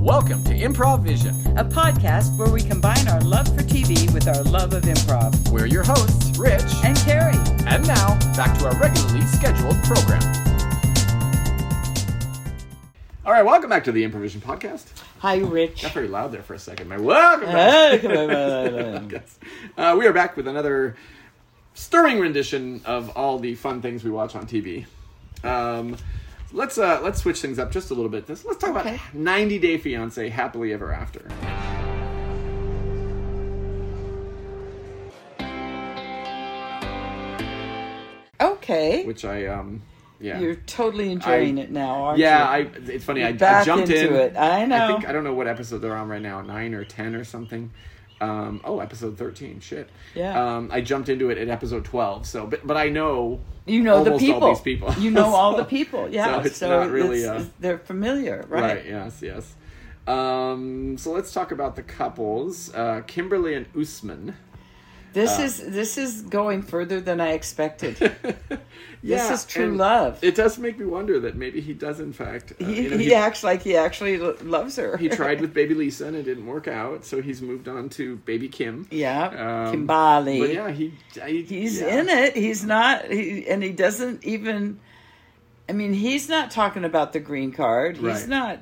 Welcome to Improv Vision. a podcast where we combine our love for TV with our love of improv. We're your hosts, Rich, And Carrie, and now back to our regularly scheduled program. All right, welcome back to the Improvision Podcast. hi, Rich. Got very loud there for a second. My welcome back. Welcome. Yes. Uh, we are back with another stirring rendition of all the fun things we watch on TV. Um, let's uh, let's switch things up just a little bit. Let's, let's talk Okay. about 90 Day Fiance, Happily Ever After. okay, which I um yeah you're totally enjoying I- it now, aren't yeah I you? it's funny I, I back jumped into in it. I know. I think I don't know what episode they're on right now nine or ten or something um oh episode thirteen shit Yeah. um I jumped into it at episode twelve so but but I know you know the almost people. all these people You know all So- the people. Yeah, so it's not really, it's- uh, it's- they're familiar, right? right yes yes um so let's talk about the couples uh Kimberly and Usman This uh, is this is going further than I expected. Yeah, is true and love. it does make me wonder that maybe he does in fact uh, he, you know, he he- acts like he actually lo- loves her. he tried with baby Lisa and it didn't work out so he's moved on to baby Kim yeah, Um, Kimbali. But yeah, he, I, he's yeah. in it he's not he, and he doesn't even i mean he's not talking about the green card he's Right. not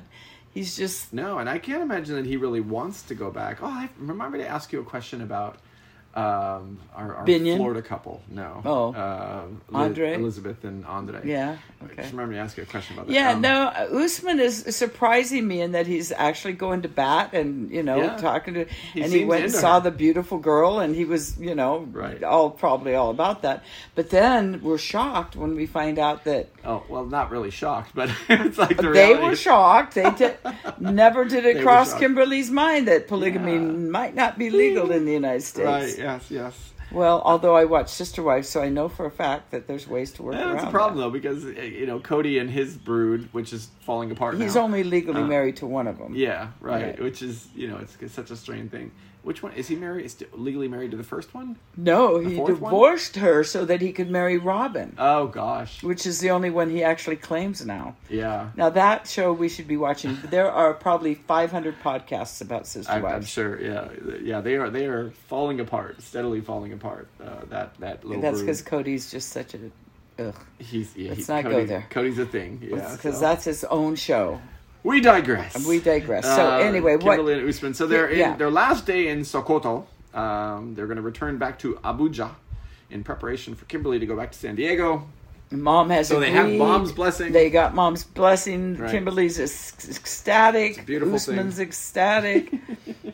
he's just No, and I can't imagine that he really wants to go back. Oh, I remember to ask you a question about um, our, our Binion? Florida couple. No. Oh. Uh, Li- Andre? Elizabeth and Andre. yeah I just okay remember to ask you a question about that. yeah Um, no usman is surprising me in that he's actually going to bat and you know Yeah. talking to He and he seems went and into saw her. the beautiful girl and he was you know Right. all probably all about that but then we're shocked when we find out that Oh, well, not really shocked, but it's like the they reality. were shocked. They did, never did it were cross shocked. Kimberly's mind that polygamy Yeah. might not be legal in the United States. Right, yes, yes. Well, although I watch Sister Wife, so I know for a fact that there's ways to work Yeah, around. That's a problem, though, because, uh, you know, Cody and his brood, which is falling apart that. He's now. only legally Uh, married to one of them. Yeah, right. Right. Which is, you know, it's, it's such a strange thing. Which one is he married? Is legally married to the first one? No, he fourth one? divorced her so that he could marry Robin, Oh gosh, which is the only one he actually claims now. yeah. Now that show we should be watching. There are probably 500 podcasts about Sister I'm, I'm Wives. sure. Yeah, yeah. They are they are falling apart, steadily falling apart. Uh, that that little. That's brood. because Cody's just such a ugh. he's. Yeah, let's he's- not go Cody, there. Cody's a thing. Yeah, because so. that's his own show. we digress. Uh, We digress. So anyway, what- Kimberly and Usman. So they're in Yeah. their last day in Sokoto. Um, they're going to return back to Abuja in preparation for Kimberly to go back to San Diego. Mom has So they have agreed. mom's blessing. They got mom's blessing. Right. Kimberly's ec- ecstatic. beautiful thing. Usman's ecstatic.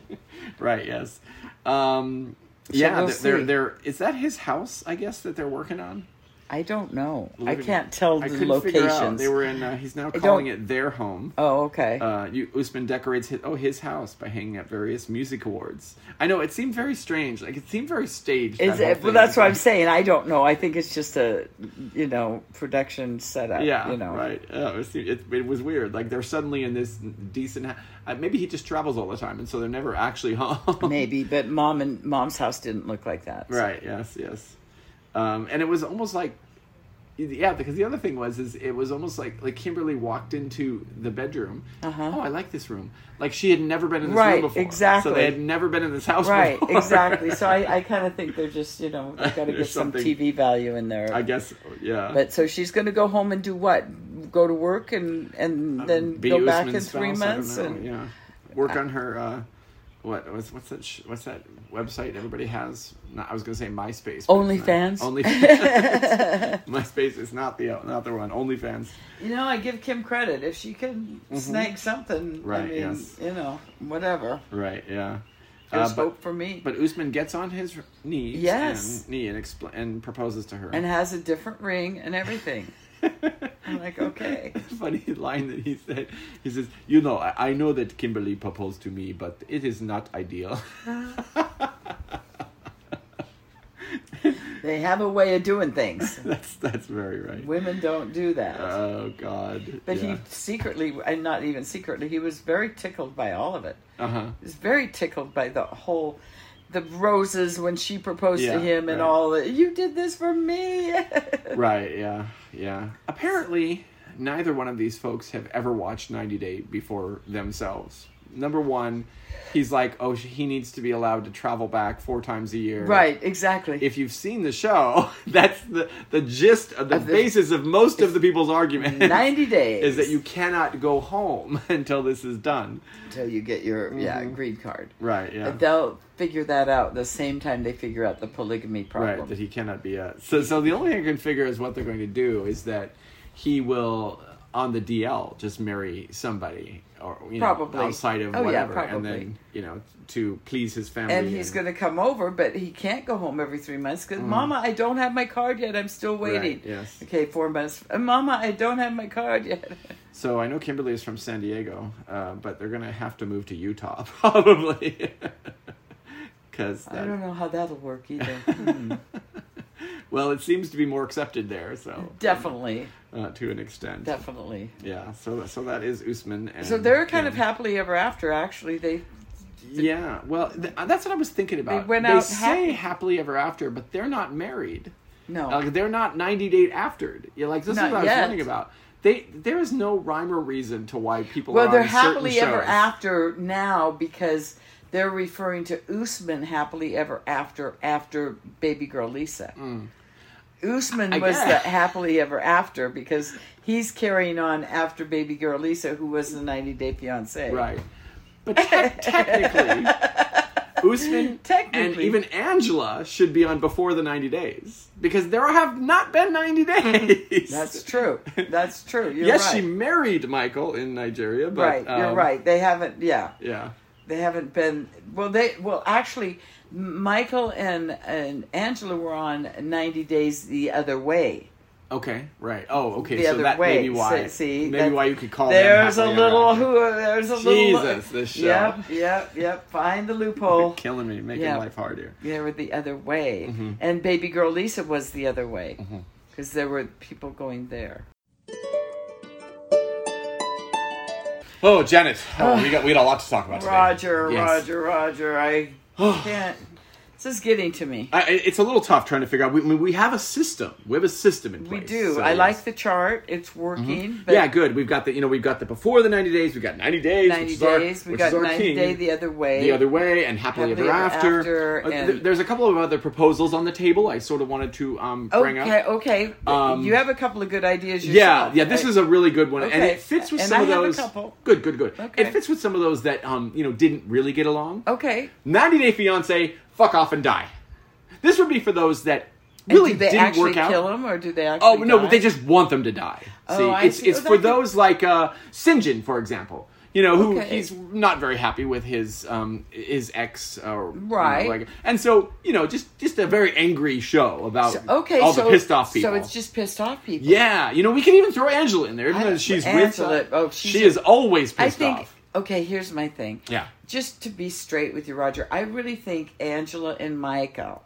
Right. Yes. Um, yeah. we'll They're, they're see. they're. Is that his house? I guess that they're working on. I don't know. I Living- can't tell the I couldn't figure locations. out. They were in. Uh, he's now don't- calling it their home. oh, okay. Uh, you, Usman decorates his, oh his house by hanging up various music awards. I know it seemed very strange. Like it seemed very staged. Is that whole it, well, thing. that's what I'm It's saying. I don't know. I think it's just a, you know, production setup. like- Yeah, you know. right. Uh, it, seemed- it, it was weird. Like they're suddenly in this decent. Ha- uh, maybe he just travels all the time, and so they're never actually home. Maybe, but mom and mom's house didn't look like that. right. Yes. Yes. Um, and it was almost like, yeah, because the other thing was is it was almost like like Kimberly walked into the bedroom. Uh-huh. Oh, I like this room. Like she had never been in this Right, room before. exactly. So they had never been in this house. Right, before. exactly. So I, I kind of think they're just, you know, they've got to get There's some something- TV value in there. I guess, yeah. But so she's going to go home and do what? Go to work and and then Um, Be go back in Usman's three spouse, I don't months know, and yeah, work on her. Uh, what what's what's that? Sh- what's that website everybody has? Not, I was gonna say MySpace. but it's not. OnlyFans? OnlyFans. MySpace is not the not the one. OnlyFans. you know I give Kim credit if she can snag something. I Mm-hmm. Right, mean, yes. you know, whatever. Right. Yeah. Uh, There's but hope for me. but Usman gets on his knees. Yes. And, knee and expl- and proposes to her. and has a different ring and everything. I'm like, okay. funny line that he said. He says, "You know, I, I know that Kimberly proposed to me, but it is not ideal." Ah. They have a way of doing things. that's that's very right. Women don't do that. Oh God! but yeah. he secretly, and not even secretly, he was very tickled by all of it. uh huh. was very tickled by the whole the roses when she proposed Yeah, to him and right. all that you did this for me Right. Yeah. Yeah. Apparently, neither one of these folks have ever watched 90 Day before themselves. Number one, he's like, oh, sh- he needs to be allowed to travel back four times a year. Right, exactly. If you've seen the show, that's the the gist of the Of the- basis of most of the people's argument. 90 days. is that you cannot go home until this is done. Until you get your yeah green card. Right. Mm-hmm. Yeah. But They'll figure that out the same time they figure out the polygamy problem. Right, that he cannot be a. So, so the only thing I can figure is what they're going to do is that he will, uh, on the DL, just marry somebody or you know, Probably. outside of Oh, yeah, whatever, and probably. then you know to please his family. and he's going to come over, but he can't go home every three months because, Mama, I don't have my card yet. I'm still waiting. Mm. Right, yes. Okay, four months. "Uh, Mama, I don't have my card yet. So I know Kimberly is from San Diego, uh, but they're going to have to move to Utah probably. Because I don't know how that'll work either. Hmm. well, it seems to be more accepted there, so definitely, uh, to an extent. definitely. Yeah, so so that is Usman. And So they're kind Kim. of happily ever after. Actually, they Yeah, well, th- uh, that's what I was thinking about. They, went out say happy. happily ever after, but they're not married. no. Like they're not ninety day after. You're like this is Not what I was yet. wondering about. They there is no rhyme or reason to why people. well, are they're on certain happily ever shows. after now because they're referring to Usman happily ever after after baby girl Lisa. Usman Hmm. I was guess. the happily ever after because he's carrying on after baby girl Lisa, who was the 90 day fiance. Right, but te- technically, Usman and Technically. even Angela should be on before the ninety days because there have not been ninety days. That's true. That's true. You're yes, right. she married Michael in Nigeria, but right. You're um, right. They haven't. Yeah. Yeah. they haven't been well they well actually M- michael and and angela were on 90 days the other way Okay, right. Oh, okay. the so other that way may be why. So, see maybe that's- why you could call. them there's a happily ever little after. who there's a little Jesus, this show. yep yep yep find the loophole killing me, making Yeah. life harder. they were the other way Mm-hmm. and baby girl lisa was the other way because there were people going there Oh, Janet, oh, we got we got a lot to talk about today. roger Yes. roger roger i can't this is getting to me I, I- it's a little tough trying to figure out. We, I mean, we have a system. We have a system in we place. do so yes. i Mm-hmm. like the chart it's working but yeah, good. We've got the you know we've got the before the ninety days. We've got ninety days. 90 which is our- days. we which got is our 90 king. day the other way. the other way and happily, Happily ever Ever after. After, Uh, th- and- there's a couple of other proposals on the table. I sort of wanted to um, bring up. Okay, okay. Um, you have a couple of good ideas Yeah, yourself. Uh, yeah, this is a really good one, and Okay. it fits with And some I of have a those. couple. Good, good, good. Okay. Oh. It fits with some of those that um you know didn't really get along. Okay. 90 Day Fiance, fuck off and die. This would be for those that And really do they didn't actually work out. kill him or do they actually Oh no, die? but they just want them to die. Oh, see, I it's see. it's Oh, for that could- those like uh, Sinjin, for example. You know, who Okay. he's not very happy with his um his ex or you know, Right. like, and so you know, just just a very angry show about So- okay, all so, the pissed off people. So it's just pissed off people. Yeah, you know, we can even throw Angela in there. Even I- though she's Angela- with. oh, she's she a- is always I pissed think off. okay, here's my thing. Yeah. Just to be straight with you, Roger, I really think Angela and Michael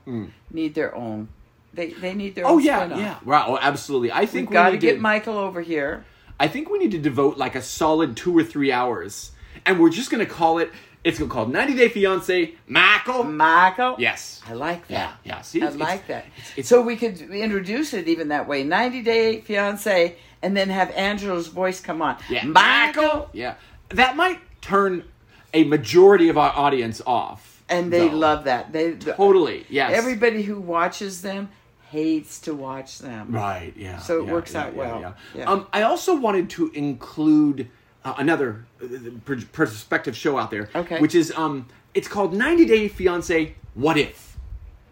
need their own they they need their Mm. Oh own yeah, spin-off. yeah. Wow, oh, absolutely. I think We've we got to need get Michael over here. I think we need to devote like a solid two or three hours, and we're just gonna call it. It's gonna call 90 Day Fiance Michael. Michael? yes. I like that. Yeah, yeah. See, I it's- it's- like that. it's- so we could introduce it even that way. Ninety Day Fiance, and then have Angela's voice come on. Yeah. Michael, Yeah. That might turn a majority of our audience off. and they though. love that. They totally. Yes. everybody who watches them hates to watch them. Right. Yeah. So it yeah, works yeah, out yeah, well. yeah. Yeah. Um, I also wanted to include uh, another uh, per- perspective show out there. Okay. Which is um, it's called 90 Day Fiance. What if?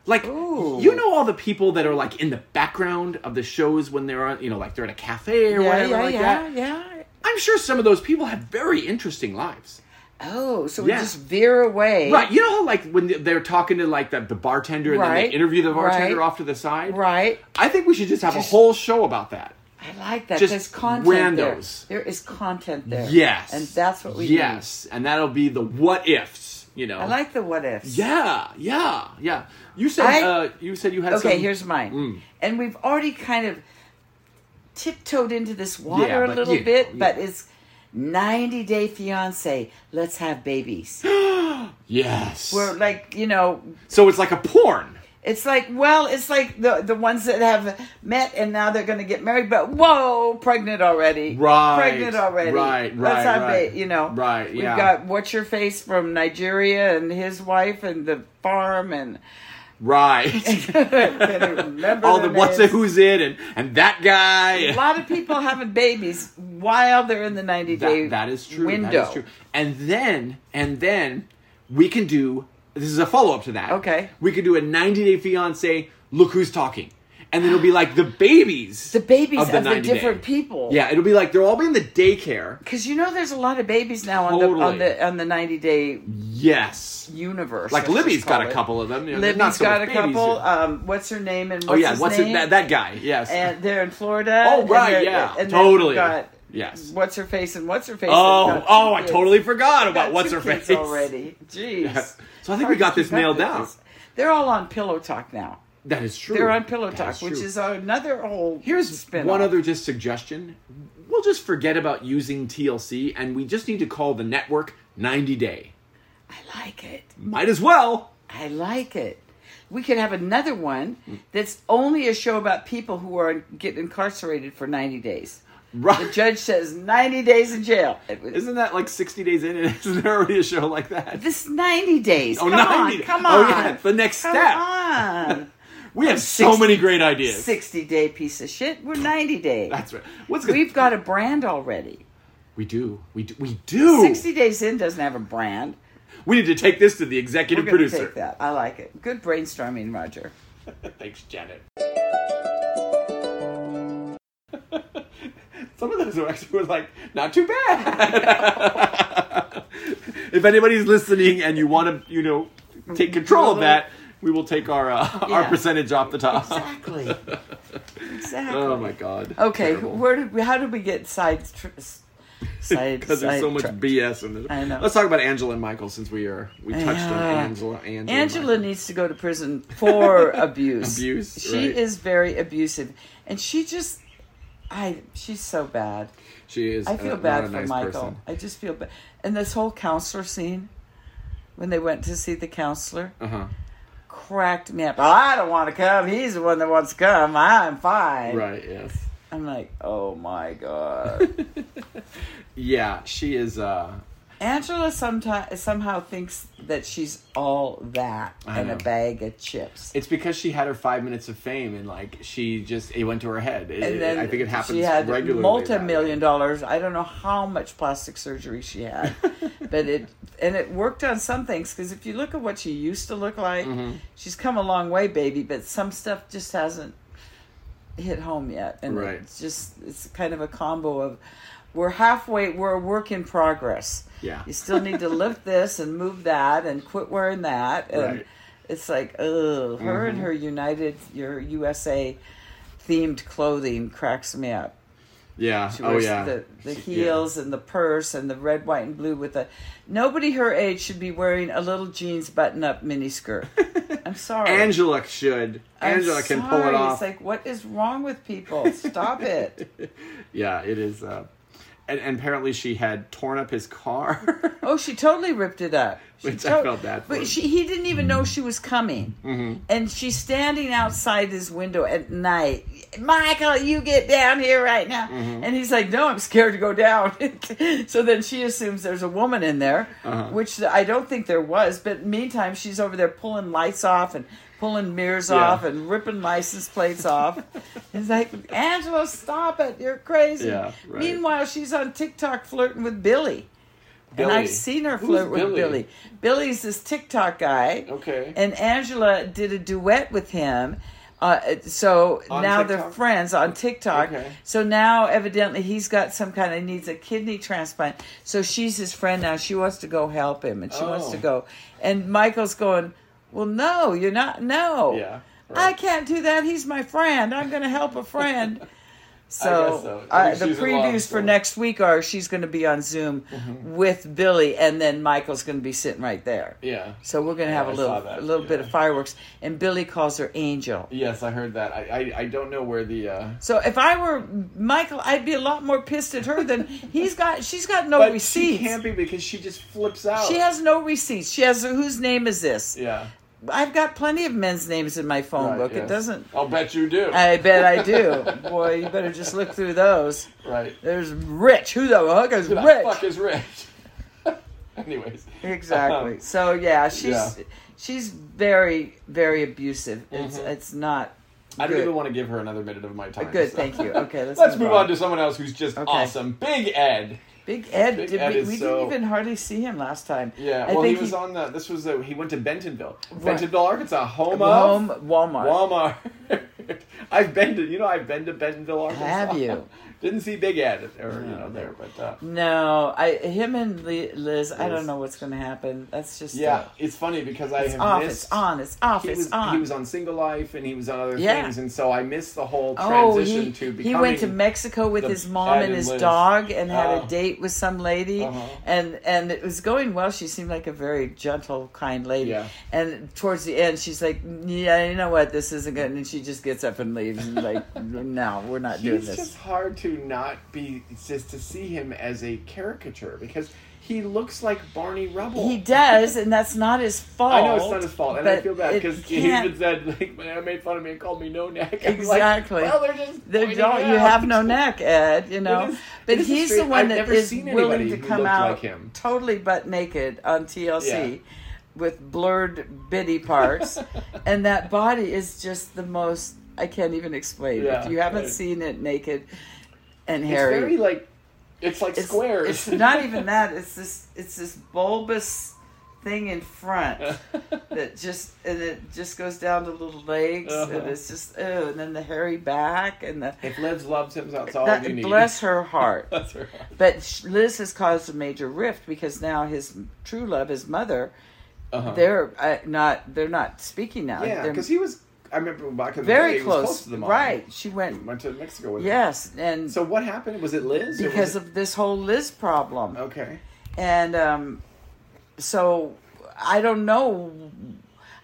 Like Ooh. you know all the people that are like in the background of the shows when they're on, you know, like they're at a cafe or Yeah, whatever yeah, like yeah, that. yeah. I'm sure some of those people have very interesting lives. Oh, so Yeah. we just veer away. Right, you know how like when they're talking to like the, the bartender and then Right, they interview the bartender right, off to the side. Right. I think we should just have a Just- whole show about that. I like that. Just There's content randos. there. There is content there. Yes. And that's what we need. Yes. And that'll be the what ifs, you know. I like the what ifs. Yeah, yeah, yeah. You said I- uh you said you had Okay, some- here's mine. mm. And we've already kind of tiptoed into this water Yeah, a but little you- bit, yeah. but it's 90 Day Fiance. Let's have babies. Yes. We're like, you know, so it's like a porn. It's like, well, it's like the the ones that have met and now they're going to get married, but whoa, pregnant already, Right, Pregnant already, right, right, That's how right. ba- you know, Right, We've yeah. got what's your face from Nigeria and his wife and the farm and Right. Can't even remember All the their what's it, names. who's it, and, and that A guy. lot of people having babies while they're in the ninety day That, that is true. window. That is true. And then, and then we can do, this is a follow-up to that. Okay. We could do a 90-day fiancé, look who's talking. And then it'll be like the babies. The babies of the, 90 day. different people. Yeah, it'll be like they'll all be in the daycare. Because you know, there's a lot of babies now on the Totally. on the on the ninety day Yes. universe. Like let's just Libby's got call a it. couple of them. You know, they're Libby's not so got a much babies couple. yet. Um, what's her name and oh what's yeah, his what's name? it, that, that guy? Yes. and they're in Florida. Oh, and right, they're- yeah, and then we've totally. got Yes. What's her face and what's her face? oh, They've got oh, two I kids. totally forgot They've got about what's two her kids face already. Jeez. Yeah. So I think Hard we to got this keep up nailed with down. this. They're all on Pillow Talk now. That is true. They're on Pillow That Talk, which true. is another whole. here's spin one other just suggestion. We'll just forget about using TLC, and we just need to call the network 90 Day. I like it. Might as well. I like it. We could have another one Mm. that's only a show about people who are get incarcerated for ninety days. The Right? judge says ninety days in jail. Isn't that like 60 days in? And isn't there already a show like that? This ninety days. Oh, come 90 on, come on. Oh, yeah, the next come step. on. We have so 60 many great ideas. Sixty day piece of shit. We're ninety days. That's right. What's good? We've got a brand already. We do. We do. We do. Sixty days in doesn't have a brand. We need to take this to the executive We're gonna producer. take that. I like it. Good brainstorming, Roger. Thanks, Janet. Some of those were actually were like not too bad. if anybody's listening and you want to, you know, take control of that, we will take our uh, our Yeah. percentage off the top. Exactly. exactly. Oh my god. Okay, Terrible. where did we, how did we get side tr- s- side because there's side so much tra- BS in this. I know. Let's talk about Angela and Michael since we are we touched on Yeah. Angela. Angela. and Angela Michael. needs to go to prison for abuse. Abuse, She right. is very abusive, and she just, I she's so bad. She is. I uh, feel not bad a for nice Michael. person. I just feel bad. And this whole counselor scene, when they went to see the counselor, Uh huh. cracked me up. "Well, I don't want to come. He's the one that wants to come. I'm fine. Right. Yes. I'm like, oh my god. Yeah, she is. uh Angela sometimes somehow thinks that she's all that I and a know. bag of chips. It's because she had her five minutes of fame, and like she just it went to her head. It- and it- then I think it happens she had regularly. multi-million that way. dollars. I don't know how much plastic surgery she had, but it and it worked on some things because if you look at what she used to look like, Mm-hmm. she's come a long way, baby. But some stuff just hasn't hit home yet, and Right. it's just it's kind of a combo of we're halfway, we're a work in progress. Yeah. you still need to lift this and move that and quit wearing that and. Right. Mm-hmm. It's like, oh, her and her United, your USA themed clothing cracks me up. Yeah. She Oh wears yeah. the, the She- heels and the purse and the red, white, and blue with the. Nobody her age should be wearing a little jeans button up miniskirt. I'm sorry. Yeah. Angela should. I'm Angela can pull it sorry. off. It's like, what is wrong with people? Stop it. yeah, it is. Uh, and, and apparently, she had torn up his car. Oh, she totally ripped it up. She Which I felt bad for Mm-hmm. But him. she, he didn't even know she was coming. And she's standing outside his window at night. Michael, you get down here right now. Mm-hmm. And he's like, no, I'm scared to go down. so then she assumes there's a woman in there, Uh-huh. which I don't think there was. But meantime, she's over there pulling lights off and pulling mirrors Yeah. off and ripping license plates off. It's like, Angela, stop it. You're crazy. Yeah, right. Meanwhile, she's on TikTok flirting with Billy. And Billy. I've seen her Who's flirt with Billy? Billy? Billy's this TikTok guy. Okay. And Angela did a duet with him. Uh, so On now they're TikTok? friends on TikTok. Okay. So now evidently he's got some kind of needs a kidney transplant. So she's his friend now. She wants to go help him and she wants Oh. to go. And Michael's going, Well, no, you're not. No. Yeah, I right. can't do that. He's my friend. I'm going to help a friend. So, guess so. I uh, mean, the she's in love, previews so- Mm-hmm. for next week are she's going to be on Zoom with Billy, and then Michael's going to be sitting right there. yeah. So we're going to have Yeah, a I little saw that, a little bit yeah. of fireworks, and Billy calls her Angel. Yes, I heard that. I I, I don't know where the. Uh... So if I were Michael, I'd be a lot more pissed at her than he's got. She's got no But she Oh, receipts. can't be because she just flips out. She has no receipts. She has whose name is this? Yeah. I've got plenty of men's names in my Right, phone book. Oh, It yes. doesn't. I'll bet you do. I bet I do. Boy, you better just look through those. right. There's Rich. Who the fuck is Who the Rich? fuck is rich? Anyways. exactly. Um, so yeah, she's yeah. she's very very abusive. It's Mhm. it's not. I don't good. even want to give her another minute of my time. Good, so. thank you. Okay, let's, Let's move on to someone else who's just Okay. awesome. Big Ed. Big Ed. Big did Ed we is we so- didn't even hardly see him last time. Yeah, I well, he think was on the. This was a, he went to Bentonville, Right. Bentonville, Arkansas, home, home of Walmart. Walmart. I've been to you know I've been to Bentonville, Arkansas. Have you? Didn't see Big Ed or you know there, but uh, No, I him and Li- Liz. I Liz. don't know what's going to happen. That's just yeah, uh, it's funny because I it's have off. missed. It's on. It's off. He it's was, on. he was on Single Life and he was on other Yeah. things, and so I missed the whole Oh, transition he, to becoming. he went to Mexico with the his mom Ed and and his Liz. dog and had Oh. a date with some lady Uh-huh. and and it was going well. She seemed like a very gentle, kind lady. Yeah. And towards the end, she's like, "Yeah, you know what? This isn't good." And she just gets up and leaves. And like, no, we're not doing He's this. just hard to not be it's just to see him as a caricature because he looks like Barney Rubble. He does, and that's not his fault. I know it's not his fault, and I but feel bad it because he can't- even said like my aunt made fun of me and called me no neck. I'm like, Exactly. well, they're just They pointing don't. it You out." have no neck, Ed. You know. It is- but it is a he's the strange- one I've that never is seen willing anybody to who come looked out like him. totally butt naked on TLC Yeah. with blurred bitty parts, and that body is just the most. I can't even explain. Yeah, if you haven't right. seen it naked and It's hairy, very like it's like it's- squares. It's not even that. It's this. It's this bulbous thing in front that just and it just goes down to little legs Uh-huh. and it's just oh, and then the hairy back and the if Liz loves him, that's all that, you need. bless her heart. Bless her. But sh- Liz has caused a major rift because now his true love, his mother, Uh-huh. they're uh, not they're not speaking now. yeah, They're because he was. I remember back in the very day, he was close. to the mom. right? She went. Went to Mexico with him. Yes, and So what happened? Was it Liz? or was because it- of this whole Liz problem. okay. and um, so I don't know.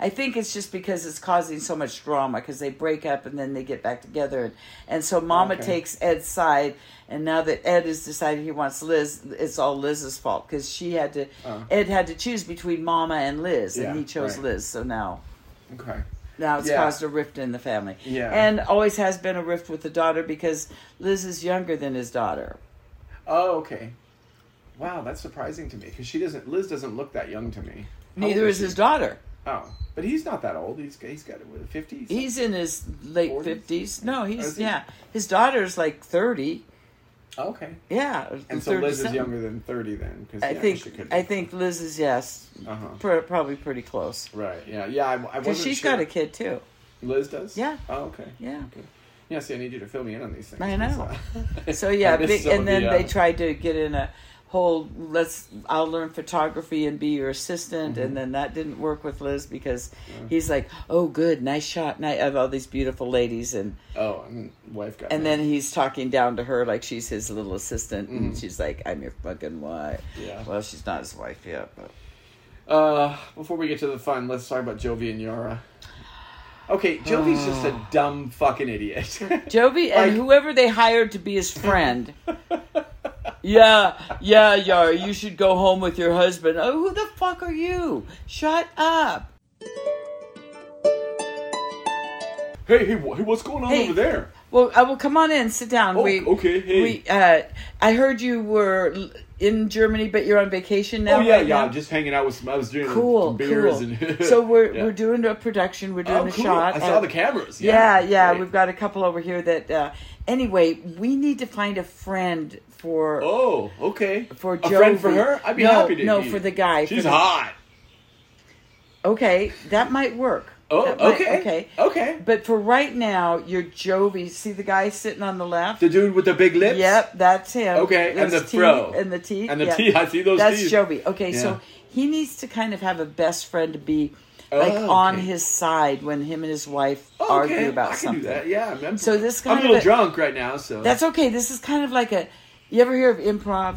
I think it's just because it's causing so much drama because they break up and then they get back together, and, and so Mama Okay. takes Ed's side, and now that Ed has decided he wants Liz, it's all Liz's fault because she had to. Oh. Ed had to choose between Mama and Liz, Yeah, and he chose right. Liz. So now, Okay. now it's Yeah. caused a rift in the family, Yeah. and always has been a rift with the daughter because Liz is younger than his daughter. Oh, okay. Wow, that's surprising to me because she doesn't. Liz doesn't look that young to me. How Neither old is she? his daughter. Oh, but he's not that old. He's he's got fifties. He's in his late 40s? fifties. No, Oh, Is he's he? yeah. His daughter's like thirty. okay. Yeah, And so Liz is 37. younger than thirty then. Cause, I yeah, she could think be. I think Liz is yes, Uh-huh. pr- probably pretty close Right. Yeah. Yeah. I, I wasn't because she's sure. got a kid too. Liz does. Yeah. Oh, okay. Yeah. Okay. Yeah. See, I need you to fill me in on these things. I know. It's, uh, So I yeah, missed big, some and of then the, uh, they tried to get in a whole let's I'll learn photography and be your assistant, Mm-hmm. and then that didn't work with Liz because he's like, oh good, nice shot, nice of all these beautiful ladies, and Oh, and wife got. And mad. then he's talking down to her like she's his little assistant, and she's like, "I'm your fucking wife." Mm-hmm. Yeah. Well, she's not his wife yet, but Uh, before we get to the fun, let's talk about Jovi and Yara. Okay, Jovi's just a dumb fucking idiot. Jovi and Like- whoever they hired to be his friend. yeah, yeah, Yara, you should go home with your husband. Oh, who the fuck are you? Shut up. hey, hey, wha- hey, what's going on Hey. over there? Well, I will come on in. Sit down. Oh, we okay, hey. We uh, I heard you were l- in Germany, but you're on vacation now. Oh yeah, right yeah. now? I'm just hanging out with some. I was doing cool. some beers cool. and so we're Yeah. we're doing a production. We're doing Oh, a cool. shot. I saw and- the cameras. Yeah, Yeah, yeah, Great. we've got a couple over here that. Uh, anyway, we need to find a friend for Oh, okay. for a friend for Jovi. her. I'd be No, happy to. no, be. for the guy, for She's the- hot. Okay, that might work. Oh, That might- okay, okay. okay. But for right now, you're Jovi. See the guy sitting on the left. The dude with the big lips. Yep, that's him. Okay, and Those the teeth fro. and the teeth And the yeah. teeth. I see those That's teeth. Jovi. Okay, Yeah. so he needs to kind of have a best friend to be like Oh, on okay. Oh, his side when him and his wife Okay, argue about I can something. do that. Yeah. I'm, I'm- So this I'm a kind of little a- drunk right now, so That's okay. This is kind of like a. You ever hear of improv?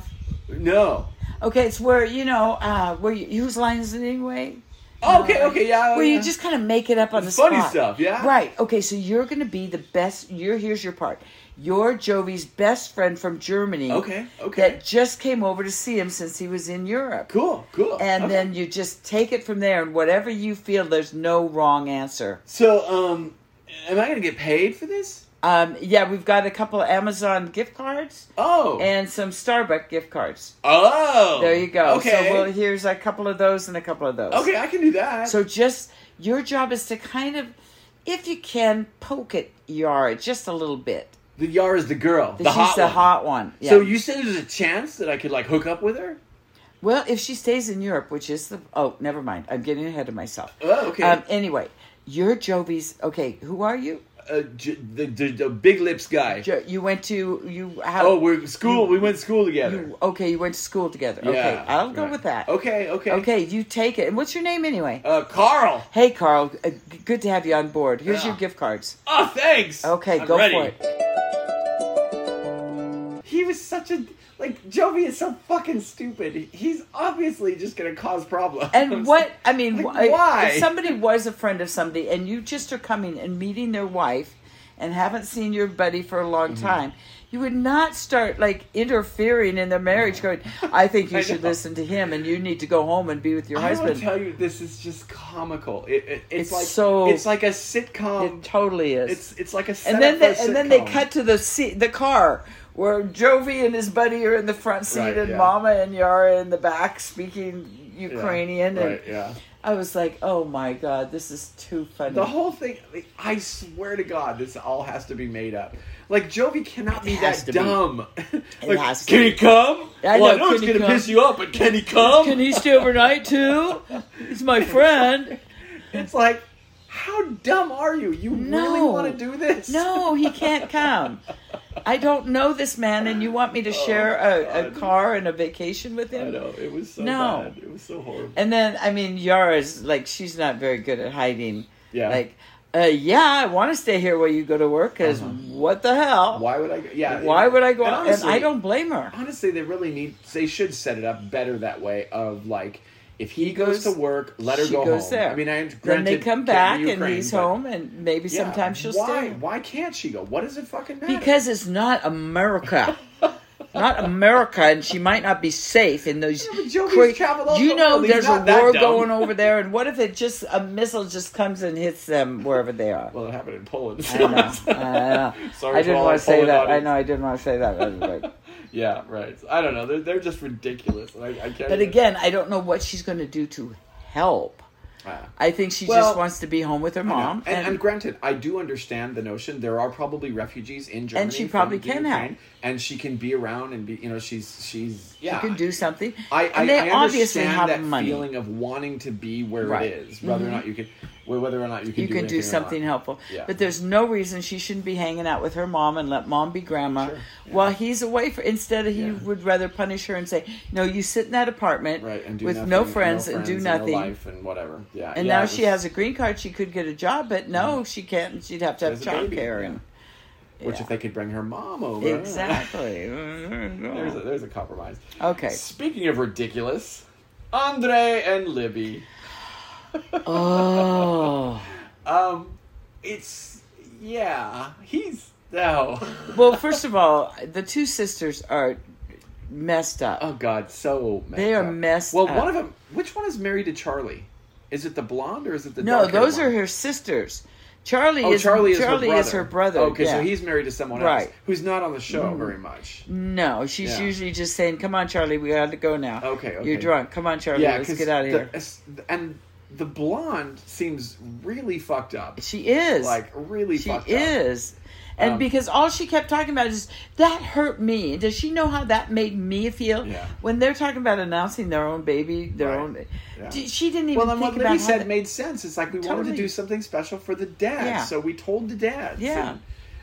no. Okay, it's where you know uh, where you, whose line is it anyway? Uh, Oh, okay, okay, yeah. Where you yeah. just kind of make it up on the Funny spot. stuff, yeah. Right. Okay, so you're going to be the best. You're here's your part. You're Jovi's best friend from Germany. Okay, okay. That just came over to see him since he was in Europe. Cool, cool. And Okay. then you just take it from there, and whatever you feel, there's no wrong answer. so, um, am I gonna get paid for this? Um, yeah, we've got a couple Amazon gift cards Oh, and some Starbucks gift cards. oh, There you go. Okay, So well, here's a couple of those and a couple of those. okay, I can do that. So just your job is to kind of, if you can, poke at Yara just a little bit. the Yar is the girl, the She's hot the one. hot one. Yeah. So you said there's a chance that I could like hook up with her? well, if she stays in Europe, which is the oh, never mind. I'm getting ahead of myself. Oh, okay. Um, anyway, you're Jovi's. Okay, who are you? uh, j- the, the the big lips guy. Jo, you went to you. How, oh, we're school. we went to school together. You, okay, you went to school together. okay, Yeah, I'll go right. with that. Okay, okay, Okay, you take it. And what's your name anyway? Uh, Carl. hey, Carl. Uh, g- good to have you on board. Here's Yeah. your gift cards. Oh, thanks. Okay, I'm go ready. for it. He was such a like Jovi is so fucking stupid. He's obviously just gonna cause problems. And what I mean, Like, wh- if- why? If somebody was a friend of somebody, and you just are coming and meeting their wife, and haven't seen your buddy for a long Mm-hmm. time, you would not start like interfering in their marriage. Going, I think I you should know. listen to him, and you need to go home and be with your I want husband. to tell you, this is just comical. It, it, it's, It's like so- It's like a sitcom. it totally is. it's it's like a. Setup and then for a they, and then they sitcom. cut to the seat, the car where Jovi and his buddy are in the front seat, Right, and yeah. Mama and Yara in the back speaking Yeah, Ukrainian. and right, yeah. I was like, "Oh my god, this is too funny." The whole thing, like, I swear to God, this all has to be made up. Like Jovi cannot be It has that to be. dumb. like, has to can be. he come? I well, I know, know it's can he gonna come? piss you off, but can he come? Can he stay overnight too? He's my friend. It's like, how dumb are you? You really No. want to do this? No, he can't come. I don't know this man, and you want me to share a, a Oh, God. car and a vacation with I him? know it was so No. bad. It was so horrible. And then, I mean, Yara's like, she's not very good at hiding. Yeah. Like, uh, yeah, I want to stay here while you go to work because what the hell? Why, Uh-huh. Why would I? Go? Yeah. would I go and out? Honestly, and I don't blame her. Honestly, they really need. They should set it up better that way. Of like, if he, goes, goes- to work, let her she go goes home. there. I mean, I granted, Then they come Kim back Ukraine, and he's but- home, and maybe Yeah, sometimes she'll why, stay. Why can't she go? What does it fucking matter? Because it's not America. not America, and she might not be safe in those. Yeah, but Jovi's cra- traveled all over you the know, world. He's there's a not that war dumb. going over there, and what if it just a missile just comes and hits them wherever they are? well, it happened in Poland. I know. I, know. Sorry I for didn't all our want to say Poland that. I audience. know. I didn't want to say that. I was like- yeah, right. I don't know. They're, they're just ridiculous. I, I can't. but even- again, I don't know what she's going to do to help. Ah. I think she Well, just wants to be home with her Yeah. mom. and, and, granted, I do understand the notion. There are probably refugees in Germany, she probably from the can Ukraine, help. and she can be around and be. You know, she's she's yeah. you can do something. I, I, and they I obviously understand that have money. feeling of wanting to be where Right. Mm-hmm. it is, whether or not you can, whether or not you can. you do can anything or do not. something helpful. Yeah. But there's no reason she shouldn't be hanging out with her mom and let mom be grandma Sure, yeah. while he's away. For instead, he Yeah. would rather punish her and say, "No, you sit in that apartment right and do with nothing, no friends, and do no nothing." life and whatever. Yeah, And yeah, now it she was- has a green card. She could get a job, but no, she can't. She'd have to have She has a baby, childcare yeah. and Which, Yeah. if they could bring her mom over, exactly. there's a, there's a compromise. okay. Speaking of ridiculous, Andre and Libby. Oh. Um, it's yeah, he's no. Well, first of all, the two sisters are messed up. oh God, so messed They are up. messed Well, up. one of them. Which one is married to Charlie? Is it the blonde or is it the No, dark-haired those one? are her sisters. Charlie Oh, is Charlie, Charlie is her brother. brother. Okay, so yeah. he's married to someone Right. Mm. else who's not on the show very much. no. She's Yeah. usually just saying, "Come on, Charlie, we got to go now. Okay, okay. you're drunk. Come on, Charlie, Yeah, let's 'cause get out of the- here." as- and the blonde seems really fucked up. She is Like really she fucked up. is, and Um, because all she kept talking about is that hurt me. Does she know how that made me feel Yeah. when they're talking about announcing their own baby, their Right. own? Yeah. D- She didn't even Well, then think what about Libby how said that- made sense. It's like we wanted Totally. to do something special for the dad, Yeah. so we told the dad. Yeah. and,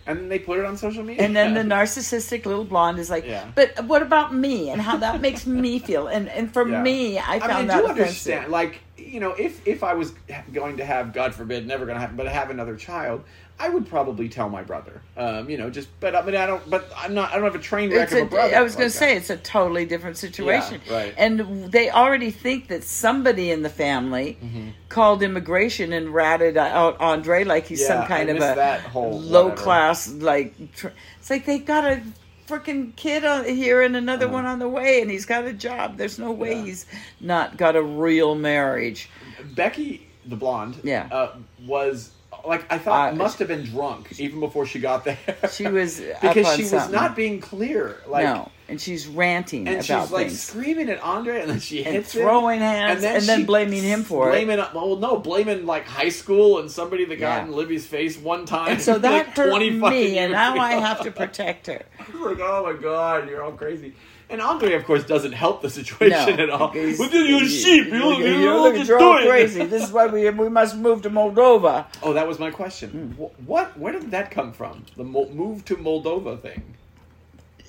and then they put it on social media. And then the narcissistic little blonde is like, Yeah. but what about me and how that makes me feel? And and for Yeah. me, I I found mean, I that do offensive. understand. Like, you know, if if I was going to have, God forbid, never going to happen, but have another child, I would probably tell my brother. Um, you know, just but I mean, I don't, but I'm not, I don't have a train wreck It's of a, a brother. I was going like to that. say it's a totally different situation. right. And they already think that somebody in the family Mm-hmm. called immigration and ratted out Andre like he's Yeah, some I kind of missed a that whole low whatever. class like. Tr- it's like they got a freaking kid on here and another one on the way, and he's got a job. There's no way Uh-huh. Yeah. he's not got a real marriage. Becky, the blonde, Yeah. uh, was like I thought Uh, must have been drunk even before she got there. She was up because on she was something. not being clear. Like, no, and she's ranting and about she's like things. screaming at Andre, and then she And hits throwing him, hands, and then she blaming him for it. blaming, it. Well, no, blaming like high school and somebody that got Yeah. in Libby's face one time. And so that like, hurt 20 fucking me, years and now I ago. have to protect her. like, oh my god, you're all crazy. And Andre, of course, doesn't help the situation at all. because- Look at your sheep. You, Look, you, you're you're all looking- just you're all doing it. crazy. This is why we we must move to Moldova. Oh, that was my question. Hmm. Wh- What? Where did that come from? The mo- move to Moldova thing.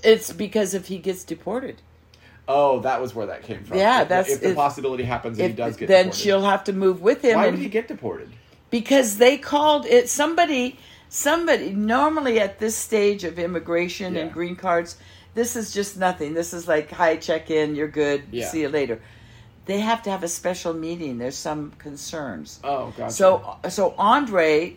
It's because if he gets deported, Oh, that was where that came from. Yeah, If the- that's- if the if- possibility happens that he if- does get then deported. she'll have to move with him. Why and- would he get deported? because they called it somebody. Somebody normally at this stage of immigration and Yeah. green cards, this is just nothing. This is like hi, check in, you're good, Yeah. see you later. They have to have a special meeting. There's some concerns. Oh, gotcha. So so Andre,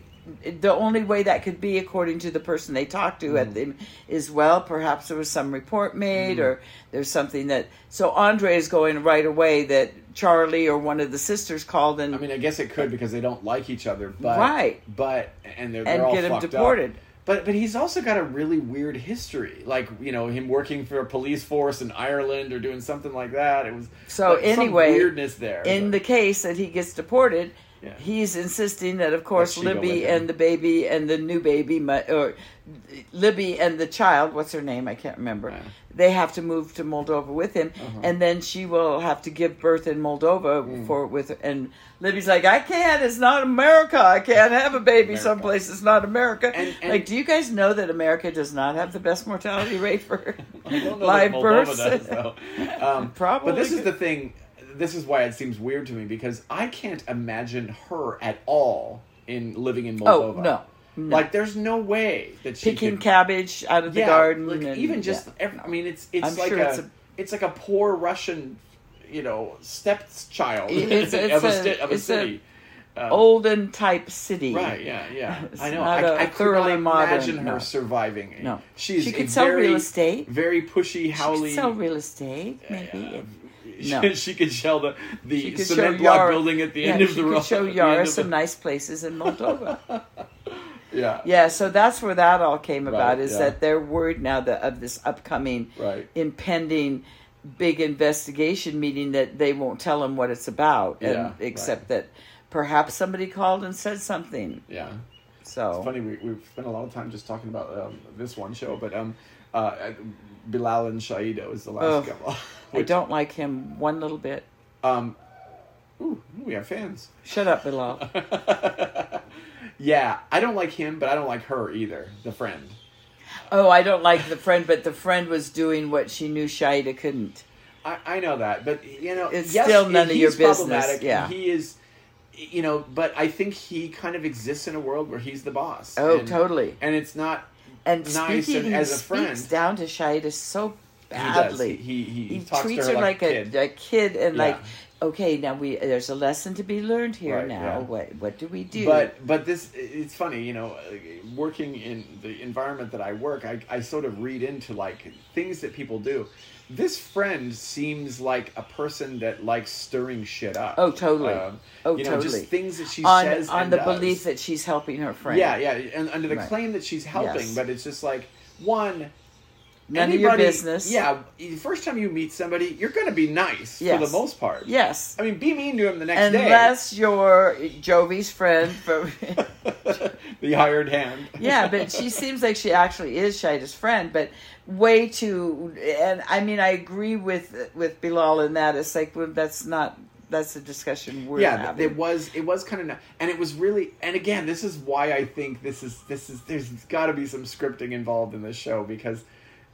the only way that could be, according to the person they talked to Mm. at the, is well, perhaps there was some report made or there's something that. So Andre is going right away that Charlie or one of the sisters called and I mean, I guess it could because they don't like each other, but Right. But and they're, they're And all get him fucked up. deported. But but he's also got a really weird history, like you know him working for a police force in Ireland or doing something like that. It was So like, some anyway, weirdness there in the but- case that he gets deported. Yeah. He's insisting that, of course, she go with Libby him. and the baby and the new baby, mu- or Libby and the child, what's her name? I can't remember. Yeah. Uh-huh. They have to move to Moldova with him, and then she will have to give birth in Moldova Mm. for with. And Libby's like, I can't. It's not America. I can't have a baby America. someplace. It's not America. And- and- like, do you guys know that America does not have the best mortality rate for I don't know live that Moldova births? does, though. Um, Probably But this is the could- thing. This is why it seems weird to me because I can't imagine her at all in living in Oh, Moldova. no, no. Like, there's no way that she Picking could, cabbage out of the yeah, garden, Like, and- even just, yeah. every, I mean, it's it's I'm like sure a, it's it's a- like a poor Russian, you know, stepchild It's- it's of a, a- sti- of a it's a- city. olden type city. uh, Right, yeah, yeah. It's I know. not I, a I could thoroughly not modern- imagine her no. surviving. a- No. She's She a could sell real very, estate. Very pushy, howly. She could sell real estate, maybe. She- No. she could shell the She the could cement show block Yara- building at the yeah, end of she the could road. show at the Yara end of some the- nice places in Moldova. Yeah. yeah, so that's where that all came about. Right, is yeah. that they're worried now that of this upcoming, Right. impending big investigation meeting that they won't tell them what it's about, and Yeah, except that perhaps somebody called and said something. Yeah. So Funny, we, we've spent a lot of time just talking about um, this one show, but um, uh, Bilal and Shaido is the last Ugh. couple. I don't like him one little bit. Um, ooh, we have fans. Shut up, Bilal. Yeah, I don't like him, but I don't like her either. The friend. oh, I don't like the friend, but the friend was doing what she knew Shaida couldn't. I, I know that, but you know, It's yes, still none of he's your business, problematic, yeah. he is, you know. But I think he kind of exists in a world where he's the boss. Oh, and- totally. And it's not and nice speaking and as a he friend. speaks down to Shaida so does. badly. He- he- he talks to treats her like a a, kid. a kid, and Yeah. like, okay, now we there's a lesson to be learned here. Right, now, yeah. what what do we do? But but this it's funny, you know, uh, working in the environment that I work, I, I sort of read into like things that people do. This friend seems like a person that likes stirring shit up. Um, Oh, totally. Oh, you know, totally. Just things that she on says on and the does. belief that she's helping her friend. yeah, yeah, and under the Right. claim that she's helping, Yes. but it's just like one. None of your anybody- business. Yeah, the first time you meet somebody, you're going to be nice Yes. for the most part. Yes. I mean, be mean to him the next day. Unless you're Jovi's friend from the hired hand. yeah, but she seems like she actually is Shida's friend, but way too. And I mean, I agree with with Bilal in that. It's like well, that's not that's a discussion we're yeah, th- having. it was it was kind of and it was really and again, this is why I think this is this is there's got to be some scripting involved in this show because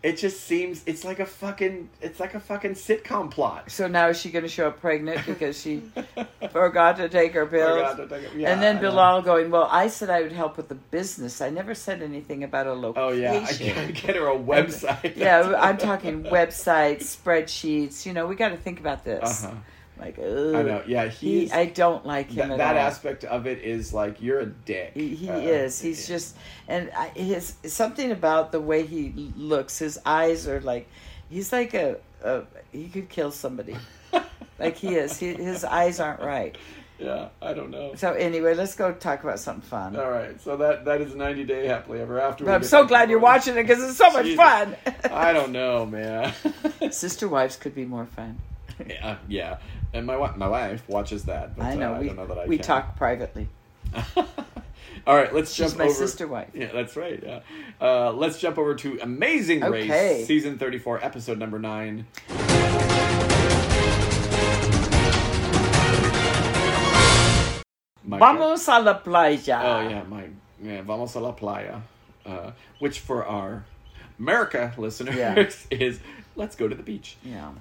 It just seems it's like a fucking it's like a fucking sitcom plot. So now is she going to show up pregnant because she forgot to take her pills? Forgot to take it- yeah, and then I know. Bilal going, well, I said I would help with the business. I never said anything about a location. Oh yeah, I gotta get her a website. yeah, I'm talking websites, spreadsheets. You know, we got to think about this. Uh-huh. Like, I ugh. know. Yeah, He, he's I don't like him that, at that all. aspect of it is like you're a dick. He, he Uh, is. He's just, and I, his something about the way he looks. His eyes are like, he's like a, a he could kill somebody. like he is. He, his eyes aren't right. yeah. I don't know. So anyway, let's go talk about something fun. All right, so that that is 90 Day Happily Ever After. But I'm so glad you're watching it because it's so much Jesus. fun. I don't know, man. Sister wives could be more fun. yeah, yeah, and my wi- my wife watches that. But, I know. Uh, we I don't know that I we can. talk privately. All right, let's She's jump my over. sister wife. Yeah, that's right. Yeah, uh, let's jump over to Amazing Okay. Race, season 34, episode number nine. My God. Vamos a la playa. Oh yeah, my yeah, vamos a la playa, uh, which for our America listeners Yeah. is let's go to the beach. Yeah.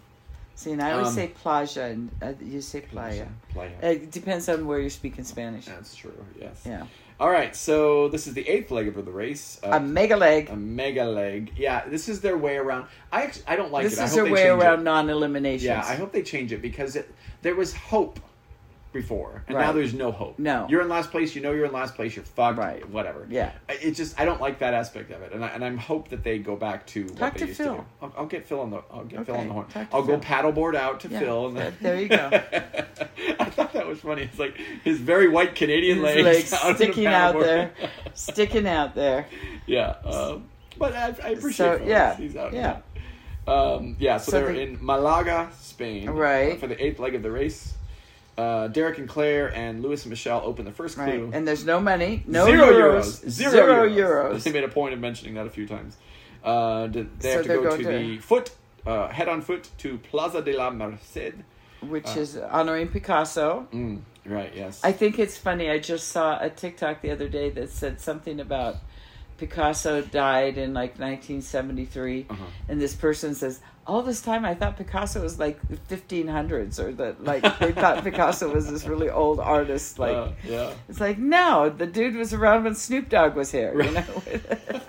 See, and I always Um, say playa, and uh, you say playa. Playa. It depends on where you speak in Spanish. That's true. Yes. Yeah. All right. So this is the eighth leg of the race. A Uh, mega leg. a mega leg. Yeah, this is their way around. I actually, I don't like This it. I is hope their they way change it. around non eliminations. Yeah, I hope they change it because it, there was hope before, and now Right. there's no hope. No. you're in last place. You know you're in last place. You're fucked. Right. Whatever. Yeah. I- It just I don't like that aspect of it, and I, and I'm hope that they go back to Talk what they to used to Phil. do. I'll, I'll get Phil on the I'll get Phil Okay, on the horn. talk to I'll go Phil. paddleboard out to Yeah, Phil. And th- there you go. I thought that was funny. It's like his very white Canadian His legs, legs out of the sticking out paddleboard. there. sticking out there. Yeah, um, but I, I appreciate So, Phil. yeah, He's out. yeah. Um, yeah, so, So they're they- in Malaga, Spain, uh, Right. for the eighth leg of the race. Uh, Derek and Claire and Lewis and Michelle open the first Right. clue. And there's no money, no zero euros, Zero, euros. They made a point of mentioning that a few times. Uh, d- they So have to they're go going to, to- the foot, uh, head on foot to Plaza de la Merced. which is honoring Picasso. Mm, right, yes. I think it's funny. I just saw a TikTok the other day that said something about Picasso died in like 1973, Uh-huh. and this person says, "All this time I thought Picasso was like the 1500s, or that like they thought Picasso was this really old artist." Like Uh, yeah. it's like no, the dude was around when Snoop Dogg was here. You know?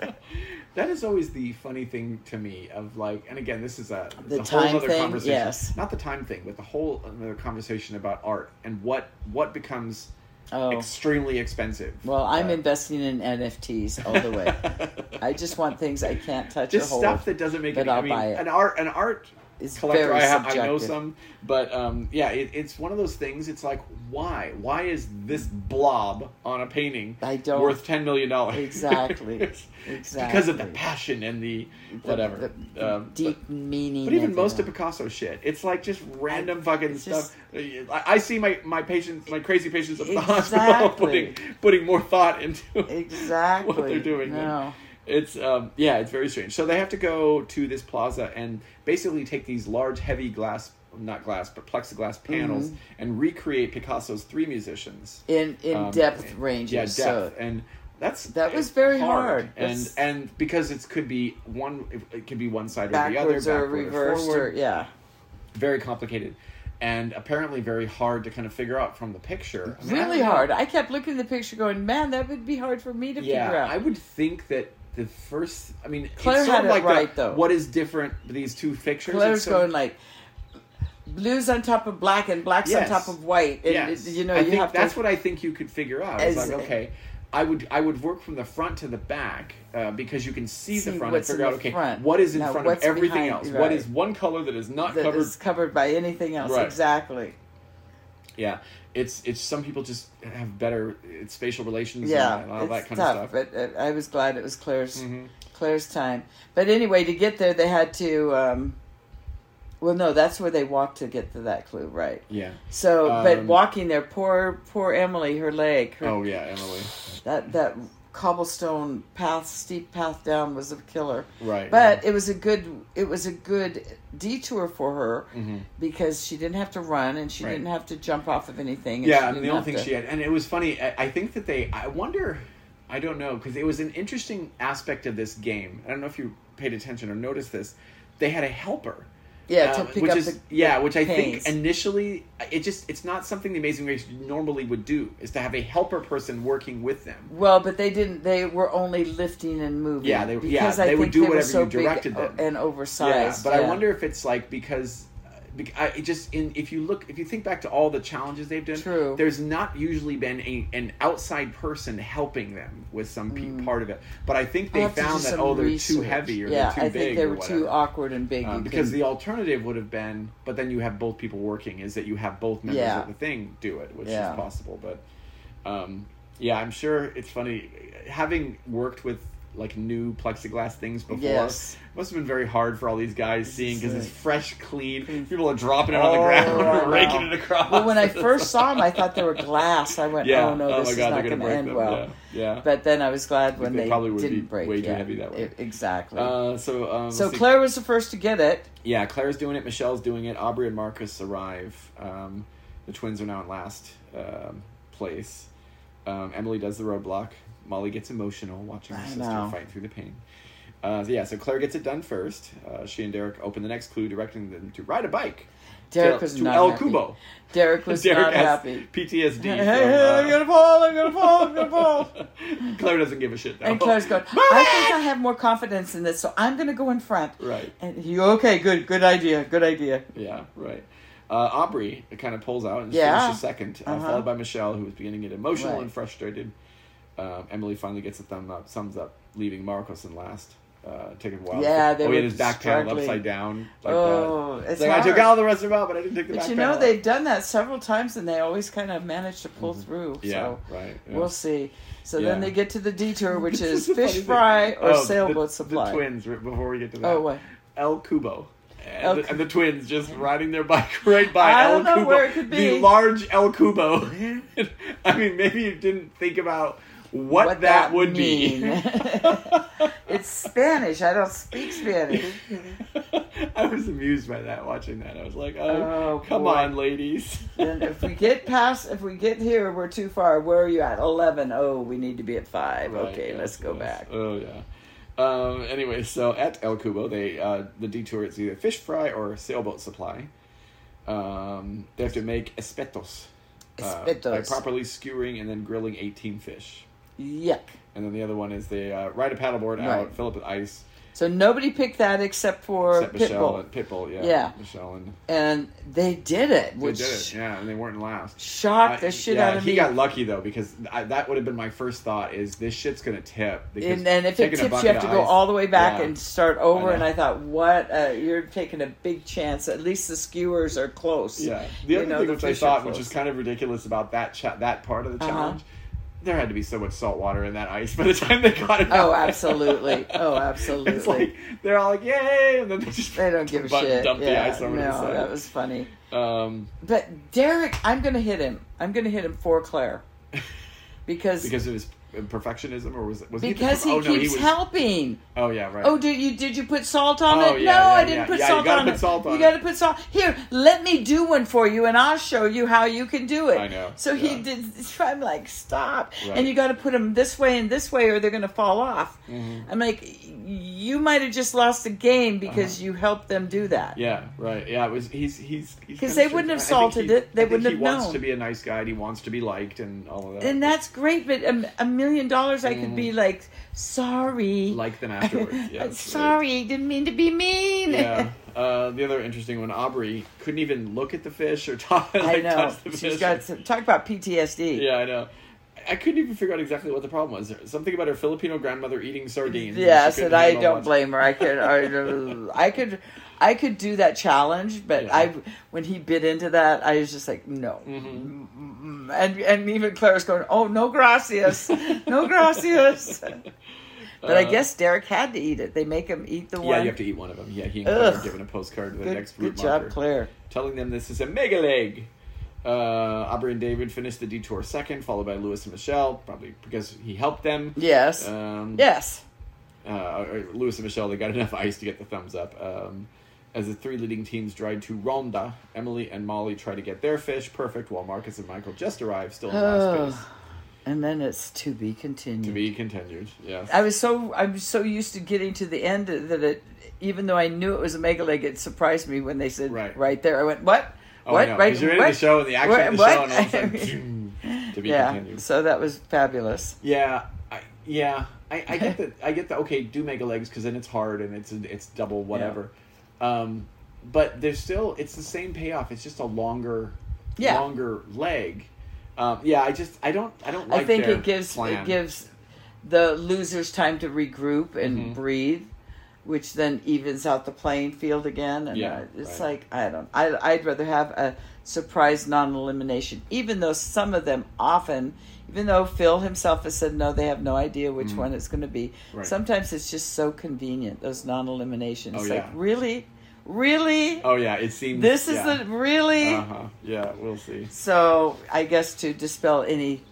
that is always the funny thing to me of like and again this is a, it's The a time whole other thing, conversation yes. not the time thing but the whole other conversation about art and what what becomes oh. extremely expensive Well, I'm Uh, investing in NFTs all the way. I just want things I can't touch just or hold. stuff that doesn't make but any I'll I mean buy it. an art an art It's collector very I, have, I know subjective. some but um, yeah it, it's one of those things it's like why why is this blob on a painting I don't- worth 10 million dollars Exactly. It's because of the Exactly. passion and the The- whatever the Um, but- deep meaning. But even it, most you of know. Picasso shit, it's like just random fucking it's just- stuff. I, I see my my patients, my crazy patients at the hospital Exactly. putting putting more thought into exactly what they're doing. than- No, It's um yeah, it's very strange. So they have to go to this plaza and basically take these large, heavy glass, not glass, but plexiglass panels Mm-hmm. and recreate Picasso's three musicians. in in Um, depth ranges. Yeah, depth So and. That's That was very hard. and That's- and because it's could be one, it could be one side or the other, backwards or backward reversed forward or yeah. very complicated and apparently very hard to kind of figure out from the picture. I mean, I Really don't know. hard. I kept looking at the picture, going, "Man, that would be hard for me to figure Yeah, out." I would think that the first. I mean, Claire it's sort had of it like the- right, though. What is different these two pictures? Claire's It's so- going like, "Blues on top of black and blacks Yes. on top of white." And, Yes. You know, I you think have that's to. what I think you could figure out. It's As- like okay, I would I would work from the front to the back uh, because you can see, the See front and what's figure out in the okay front. what is in Now, front of what's everything behind- else. right. What is one color that is not that covered it's covered by anything else. Right. Exactly. Yeah, it's it's some people just have better it's spatial relations Yeah, and all it's that kind tough, of stuff. Mm-hmm. But uh, I was glad it was Claire's Claire's time. But anyway, to get there, they had to. Um, well, no, that's where they walked to get to that clue, right? yeah. So, but Um, walking there, poor poor Emily, her leg, her, Oh yeah, Emily. that that cobblestone path, steep path down was a killer. Right. But it was a good it was a good detour for her because she didn't have to run and she Mm-hmm. Right. didn't have to jump off of anything. she yeah, and didn't the only have thing to- she had, and it was funny. I, I think that they. I wonder. I don't know because it was an interesting aspect of this game. I don't know if you paid attention or noticed this, they had a helper. Yeah, to Um, pick which up is the yeah, which I pace. think initially it just it's not something the Amazing Race normally would do is to have a helper person working with them. Well, but they didn't. They were only lifting and moving. Yeah, they- yeah, because I they would think do they were whatever so you directed big them. and oversized. but I wonder if it's like because. uh, bec- I it just in if you look if you think back to all the challenges they've done, True. there's not usually been a, an outside person helping them with some pe- part of it. But I think Mm. I'll they have to do found that some oh they're too research. heavy or yeah, they're too I big think they or were whatever. too awkward and big. Um, You because couldn't- the alternative would have been, but then you have both people working. Is that you have both members Yeah. of the thing do it, which Yeah. is possible. But um, yeah, I'm sure it's funny having worked with like new plexiglass things before. Yes. Must have been very hard for all these guys seeing because it's like- fresh, clean. People are dropping it on the Oh, ground, I know. raking it across. well, when I first saw them, I thought they were glass. I went, yeah, "Oh no, this my is God, not they're going gonna to break end them. well." Yeah, yeah. But then I was glad when they they, probably would be didn't break. way too yeah. heavy that way. E- exactly. Uh, so um, so let's see. Claire was the first to get it. yeah, Claire's doing it. Michelle's doing it. Aubrey and Marcus arrive. Um, the twins are now in last um, place. Um, Emily does the roadblock. Molly gets emotional watching her I sister know. fight through the pain. Uh, so yeah, so Claire gets it done first. Uh, she and Derek open the next clue, directing them to ride a bike. Derek to, was to not El happy. Kubo. Derek was Derek not has happy. PTSD. Hey, from, hey, uh, I'm gonna fall! I'm gonna fall! I'm gonna fall! Claire doesn't give a shit though. And Claire's going, Move I it! think I have more confidence in this, so I'm going to go in front. Right. And he, okay, good, good idea, good idea. Yeah, right. Uh, Aubrey kind of pulls out and Yeah. finishes second, uh, Uh-huh. followed by Michelle, who was beginning to get emotional Right. and frustrated. Um, Emily finally gets a thumb up, thumbs up, leaving Marcos in last. Uh, took a while. Yeah, they oh, he had were his back panel struggling. upside down. Like Oh, that. it's like, I took hard. all the rest of them out, but I didn't take the But back you know, panel out. they've done that several times, and they always kind of manage to pull through. Mm-hmm. Yeah, so right. yeah. we'll see. So Yeah. then they get to the detour, which This is the fish funny thing. fry or Oh, the- sailboat The supply. twins, right before we get to that. oh, what? El Cubo. And, El the, Cu- and the twins just riding their bike right by I El don't know Cubo. where it could The be. large El Cubo. I mean, maybe you didn't think about what, that, would mean. it's Spanish. I don't speak Spanish. be. I was amused by that watching that. I was like, oh, Oh, come boy. on, ladies. Then if we get past, if we get here, we're too far. Where are you at? Eleven. Oh, we need to be at five. Right, okay, yes, let's go yes. back. Oh yeah. Um, anyway, so at El Cubo, they uh, the detour is either fish fry or sailboat supply. Um, they have to make espetos, uh, by Espetos. properly skewering and then grilling eighteen fish. Yuck. And then the other one is they uh, ride a paddleboard out, Right. fill up with ice, So nobody picked that except for except Michelle Pitbull, and Pitbull, yeah, Yeah. Michelle and and they did it, they which did it, yeah, and they weren't last. shocked I- the shit yeah, out of he me. got lucky though because I, that would have been my first thought is this shit's gonna tip. because and then if it taking a tips, you bucket have to of go ice- all the way back yeah. and start over. I and know. I thought, what? Uh, you're taking a big chance. At least the skewers are close. Yeah. The You other know, thing the which I fish are thought, which close. is kind of ridiculous about that cha- that part of the Uh-huh. challenge, there had to be so much salt water in that ice by the time they got it. Oh, out. absolutely. Oh, absolutely. It's like they're all like, "Yay!" and then they just They don't give a button shit. Dump the yeah, ice over no, to the side. that was funny. um, But Derek, I'm going to hit him. I'm going to hit him for Claire because because, because of his perfectionism, or was it was he, he, the- oh, no, keeps was, helping. Oh yeah, right. Oh, did you did you put salt on Oh, it? yeah, no, yeah, I didn't yeah. put Yeah, you salt gotta on put it. salt on you it. got to put salt. Here, let me do one for you, and I'll show you how you can do it. I know, So yeah. he did. I'm like, stop! Right. And you got to put them this way and this way, or they're going to fall off. Mm-hmm. I'm like, you might have just lost a game because Uh-huh. you helped them do that. Yeah, right. Yeah, it was. He's he's because they wouldn't have salted it. They wouldn't he have wants known. to be a nice guy. and He wants to be liked and all of that. And that's great, but um, a million dollars, I could be like, sorry. Mm-hmm. like them afterwards. Yeah, I'm it's- sorry, didn't mean to be mean. yeah. Uh, the other interesting one, Aubrey couldn't even look at the fish or talk. Like, I know. Touch the She's fish. got some, talk about PTSD. yeah, I know. I couldn't even figure out exactly what the problem was. Something about her Filipino grandmother eating sardines. and Yes, she and couldn't I handle don't much. blame her. I could, I, I could, I could do that challenge, but Yeah. Mm-hmm. I, when he bit into that, I was just like, no. Mm, And and even Claire's going, oh no, gracias, no gracias. But I Uh, guess Derek had to eat it. They make him eat the Yeah, one. you have to eat one of them. Yeah, he and Claire are Ugh. given a postcard to the Good, next good route job, marker, Claire. telling them this is a mega leg. Uh, Aubrey and David finished the detour second, followed by Lewis and Michelle, probably because he helped them. Yes, Um, yes. uh, or Lewis and Michelle, they got enough ice to get the thumbs up. Um, as the three leading teams drive to Ronda, Emily and Molly try to get their fish perfect, while Marcus and Michael just arrive, still in last place. And then it's to be continued. To be continued. Yes. I was so I'm so used to getting to the end that it, even though I knew it was a mega leg, it surprised me when they said Right. right, there. I went, what? oh, what? I know. Right? 'cause You're in what? the show and the action What? of the What? show, and all of a sudden, zoom, to be yeah. continued. So that was fabulous. Yeah, I, yeah, I, I get that. I get that. Okay, do mega legs because then it's hard and it's it's double whatever. Um, but there's still it's the same payoff. It's just a longer, Yeah. longer leg. Um, yeah, I just I don't I don't like. I think their it gives plan. it gives the losers time to regroup and Mhm. breathe, which then evens out the playing field again. And Yeah, uh, it's right. like I don't. I I'd rather have a surprise non-elimination, even though some of them often. Even though Phil himself has said no, they have no idea which one it's going to be. Mm-hmm. Right. Sometimes it's just so convenient those non-eliminations. Oh, like yeah. really, really, Oh yeah, it seems this is yeah. the really. Uh-huh. Yeah, we'll see. So I guess to dispel any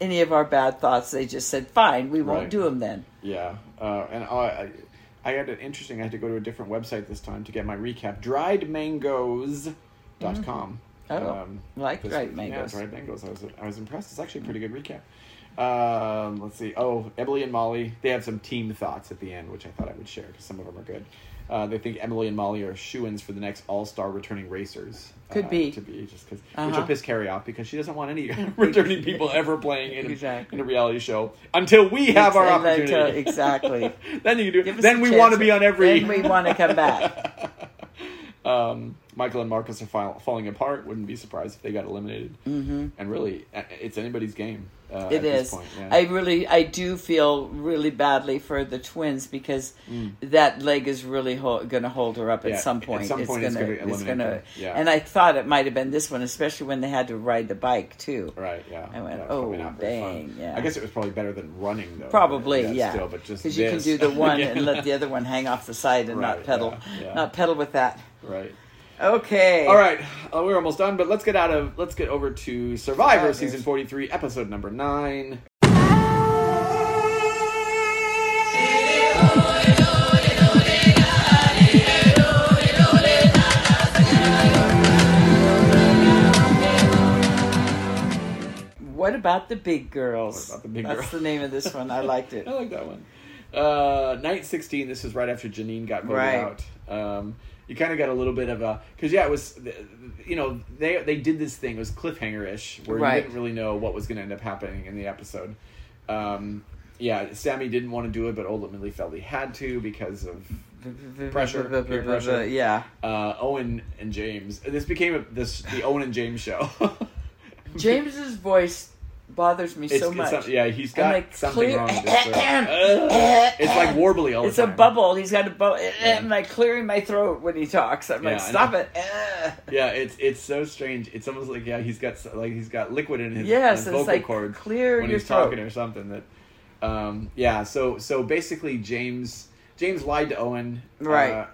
any of our bad thoughts, they just said, "Fine, we won't Right. do them then." Yeah, uh, and I, I I had an interesting. I had to go to a different website this time to get my recap. Driedmangoes.com. Oh, Um, like because- dried Yeah, mangoes. dried mangoes. I was I was impressed. It's actually a pretty good recap. Um, let's see. Oh, Emily and Molly. They have some team thoughts at the end, which I thought I would share because some of them are good. Uh, they think Emily and Molly are shoo-ins for the next all-star returning racers. Could uh, be. to be just 'cause- which Uh-huh. will piss Carrie off because she doesn't want any returning people ever playing in, Exactly. in a reality show until we have our Ex- opportunity. exactly. then you can do. Give it. us Then a we chance. want to be on every. Then we want to come back. um, Michael and Marcus are fi- falling apart. Wouldn't be surprised if they got eliminated. Mm-hmm. And really, a- it's anybody's game. Uh, at It This is. point. Yeah. I really, I do feel really badly for the twins because that leg is really ho- going to hold her up Mm. Yeah, at some at point. some point it's it's gonna going to, it's eliminate going to. her. Yeah. And I thought it might have been this one, especially when they had to ride the bike too. Right. Yeah. I went, Yeah, it's probably "Oh, not very fun." dang, yeah. I guess it was probably better than running though. Probably, But- uh, yeah. Still, but just because you can this. do the one Yeah. and let the other one hang off the side and Right, not pedal, yeah, yeah. not pedal with that. right. Okay. All right, uh, we're almost done, but let's get out of let's get over to Survivor, Survivor. season forty three, episode number nine. What about the big girls? What about the big That's girls? the name of this one. I liked it. I like that one. Uh, night 16, this is right after Janine got voted Right. out. Um, you kind of got a little bit of a because yeah, it was you know they they did this thing it was cliffhanger ish where you Right. didn't really know what was going to end up happening in the episode. Um, yeah, Sammy didn't want to do it, but ultimately felt he had to because of Pressure, peer pressure. Yeah. uh, Owen and James. This became a, this the Owen and James show. James's voice bothers me so much. some- yeah, he's got like, something clear- wrong. With his throat. Ugh. it's like warbly all the It's a time. bubble. He's got a bubble. Yeah. I'm like clearing my throat when he talks. I'm like, Yeah, I stop know. it. Eh. Yeah, it's it's so strange. It's almost like yeah, he's got s- like he's got liquid in his, Yes, his it's vocal like, cords clear when your he's talking throat. or something. That um, yeah, so so basically James James lied to Owen. Right. Uh,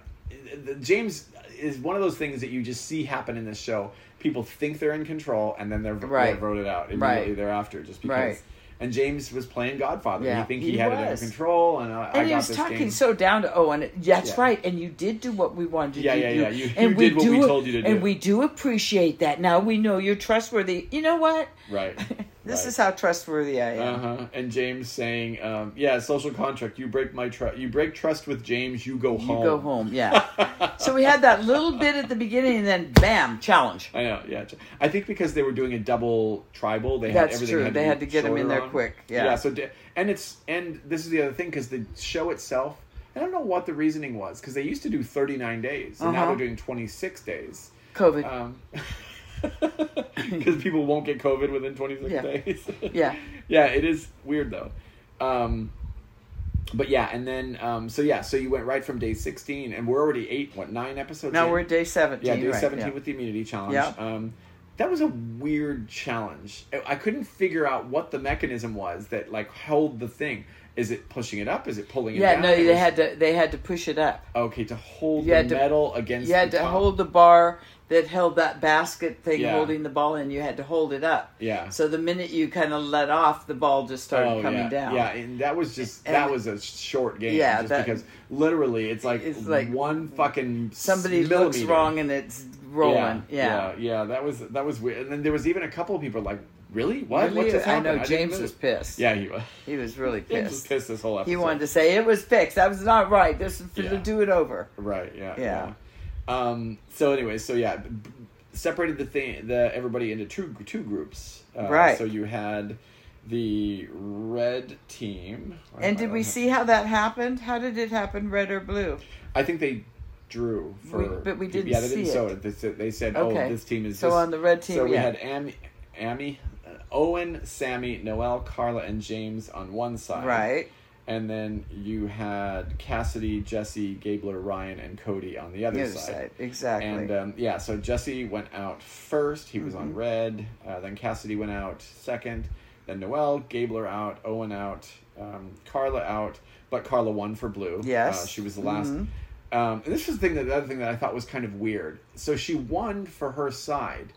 the- James is one of those things that you just see happen in this show. People think they're in control, and then they're, Right. they're voted out immediately Right. thereafter, just because. Right. And James was playing Godfather. Yeah, he think he, he had it under was. control, and I, I And got he was this talking game. so down to Owen. That's Yeah. right. And you did do what we wanted Yeah, you yeah, to do. yeah. You- and you did what we told you to do. And we do appreciate that. Now we know you're trustworthy. You know what? right. This Right. is how trustworthy I am. Uh-huh. And James saying, um, "Yeah, social contract. You break my trust. You break trust with James. You go You home. go home. Yeah. so we had that little bit at the beginning, and then bam, challenge. I know. Yeah. I think because they were doing a double tribal, they had That's everything. true. Had to They be had to get 'em in shorter there on. quick, yeah. Yeah. So di- and it's and this is the other thing because the show itself, I don't know what the reasoning was because they used to do thirty nine days and now Uh-huh. they're doing twenty six days. COVID. Um, because people won't get COVID within 26 Yeah. days. Yeah. yeah, it is weird though. Um, but yeah, and then um, so yeah, so you went right from day 16, and we're already eight, what nine episodes? now in? we're at day seventeen. yeah, day right, 17 yeah. with the immunity challenge. Yeah. Um, that was a weird challenge. I- I couldn't figure out what the mechanism was that like held the thing. Is it pushing it up? Is it pulling it Yeah, down? no, It they was- had to. They had to push it up. okay to hold You the had to- metal against. You had the to top. hold the bar that held that basket thing Yeah. holding the ball in. You had to hold it up. Yeah. So the minute you kind of let off, the ball just started coming Oh, yeah. down. Yeah, and that was just And- that was a short game. Yeah, just that- because literally it's like It's like one fucking Somebody millimeter. looks wrong and it's rolling. Yeah. yeah, yeah, That was that was weird. And then there was even a couple of people like, really? What? Really, what just I happened? know didn't James know was this." pissed. Yeah, he was. He was really James was pissed. pissed this whole episode. He wanted to say it was fixed. That was not right. This is for Yeah. to do it over. Right. Yeah. Yeah. yeah. Um, so anyway, so yeah, b- b- separated the thing, the everybody into two two groups. Uh, Right. So you had the red team. I And don't did we know. see how that happened? How did it happen, red or blue? I think they drew for. We- but we didn't Yeah, they didn't see show it. it. They said, they said Okay. "Oh, this team is." So this. on the red team, So we yeah. had Amy, Amy, uh, Owen, Sammy, Noel, Carla, and James on one side. Right. And then you had Cassidy, Jesse, Gabler, Ryan, and Cody on the other, The other side. Exactly. Mm-hmm. And um, yeah, so Jesse went out first. He was on red. Uh, then Cassidy went out second. Then Noel, Gabler out, Owen out, um, Carla out. But Carla won for blue. Yes. Mm-hmm. Uh, she was the last. Um, and this was the thing that the other thing that I thought was kind of weird. So she won for her side,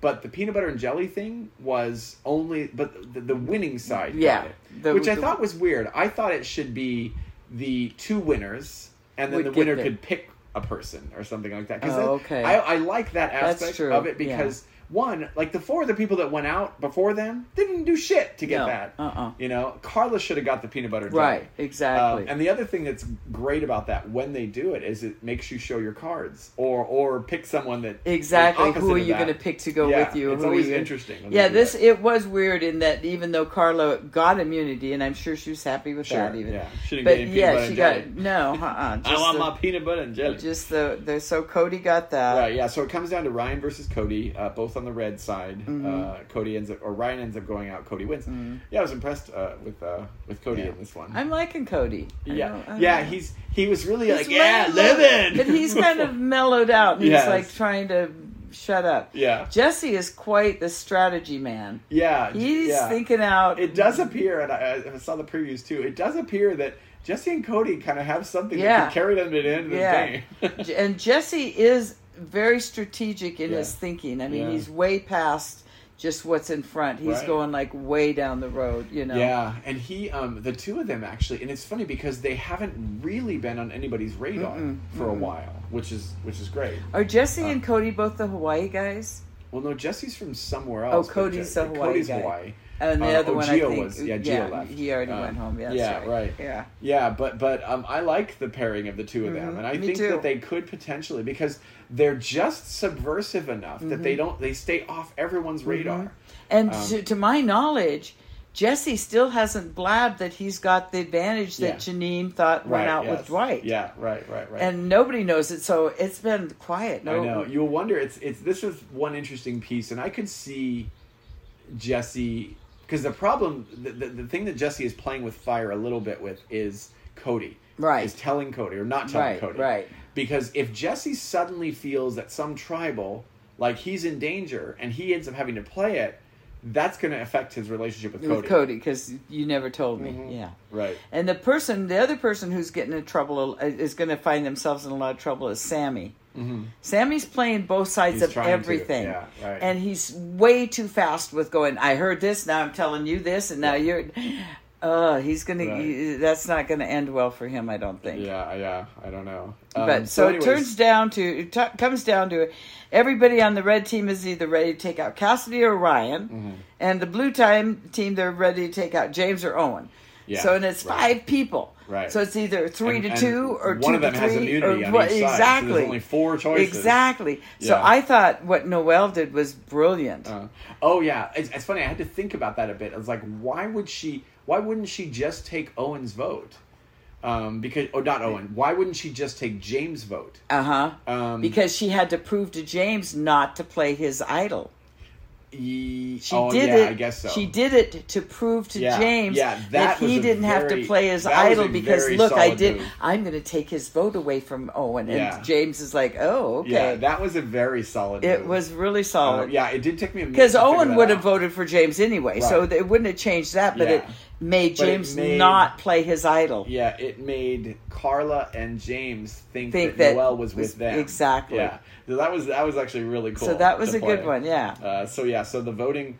but the peanut butter and jelly thing was only but the, the winning side. got Yeah. it, The- which I the- thought was weird. I thought it should be the two winners, and then Would the get winner the- could pick a person or something like that. 'Cause Oh, that- okay. I, I like that That's aspect true, of it yeah. because one, like the four other people that went out before them, they didn't do shit to get No, that. uh-uh. You know, Carla should have got the peanut butter. jelly. Right, exactly. Um, and the other thing that's great about that when they do it is it makes you show your cards or or pick someone that is Exactly. opposite Who are of you that. going to pick to go Yeah, with you? It's Who are always you gonna- interesting. when they Yeah, do this that. it was weird in that even though Carla got immunity, and I'm sure she was happy with Sure, that. Even, yeah. She didn't but get any peanut yeah, butter she and got jelly. no. Uh-uh, just I want the, my peanut butter and jelly. Just the, the so Cody got that. Right, yeah. So it comes down to Ryan versus Cody, uh, both on the red side. Mm-hmm. Uh, Cody ends up, or Ryan ends up going out. Cody wins. Yeah, I was impressed uh, with uh, with Cody in this one. I'm liking Cody. I yeah, don't- I don't yeah. know. He's he was really like, He's yeah, mellowed, living. but he's kind of mellowed out. And Yes. He's like trying to shut up. yeah, Jesse is quite the strategy man. yeah. He's yeah. thinking out. It does appear, and I, I saw the previews too. It does appear that Jesse and Cody kind of have something Yeah. that can carry them to the end of the Yeah. game. J- and Jesse is very strategic in Yeah. his thinking. I mean, Yeah. he's way past just what's in front. He's Right. going like way down the road, you know. Yeah, and he, um, the two of them actually, and it's funny because they haven't really been on anybody's radar Mm-mm, for a while, which is which is great. Are Jesse Uh. and Cody both the Hawaii guys? Well, no, Jesse's from somewhere Oh, else. but Cody's Je- the Hawaii Cody's guy. Hawaii. And the Uh, other oh, one, I Gio think, was- yeah, Gio left. he already Um, went home. Yeah, that's yeah, right. right. Yeah, Yeah, but but um, I like the pairing of the two of them, Mhm, and I me think too. that they could potentially because they're just subversive enough that Mm-hmm. they don't they stay off everyone's radar. and Um, to, to my knowledge, Jesse still hasn't blabbed that he's got the advantage that Yeah. Janine thought Right, went out yes. with Dwight. Yeah, right, right, right. and nobody knows it, so it's been quiet. No, I know. You'll wonder. It's it's this is one interesting piece, and I could see Jesse because the problem, the, the the thing that Jesse is playing with fire a little bit with is Cody. Right. Is telling Cody or not telling Right, Cody. right. Because if Jesse suddenly feels that some tribal like he's in danger and he ends up having to play it, that's going to affect his relationship with Cody. with Cody because you never told me. Mm-hmm. Yeah. Right. And the person, the other person who's getting in trouble uh, is going to find themselves in a lot of trouble is Sammy. Mm-hmm. Sammy's playing both sides He's of trying to, everything, yeah, right. and he's way too fast with going. I heard this, now I'm telling you this, and now you're. Uh, he's gonna. Right. he- that's not gonna end well for him, I don't think. Yeah. Yeah. I don't know. Um, But so, anyways, it turns down to it t- comes down to it. Everybody on the red team is either ready to take out Cassidy or Ryan, Mm-hmm. and the blue time team they're ready to take out James or Owen. Yeah, so and it's right. five people. Right. So it's either three And- to and two or one two of them to has three immunity or on what- each side, so there's exactly. only four choices. Exactly. So Yeah. I thought what Noel did was brilliant. Uh, oh yeah, it's, it's funny. I had to think about that a bit. I was like, why would she? Why wouldn't she just take Owen's vote? Um, because oh, not Owen. Why wouldn't she just take James' vote? Uh huh. Um, because she had to prove to James not to play his idol. Ye- She oh, did yeah, it. I guess so. She did it to prove to Yeah, James yeah, that, that was he a didn't have to very- play his that was a idol because very look, I solid did. move. I'm going to take his vote away from Owen, and Yeah. James is like, "Oh, okay." Yeah, that was a very solid. it move. was really Uh, solid yeah, it did take me a minute because to figure Owen that would have out. voted for James anyway, so Right. it wouldn't have changed that. But it Yeah. made But it James made- not play his idol. Yeah, it made Carla and James think, Think that, that Noel was was- with them. exactly. Yeah, so that was that was actually really cool. So that was to a good play. one, yeah. Uh, so yeah, so the voting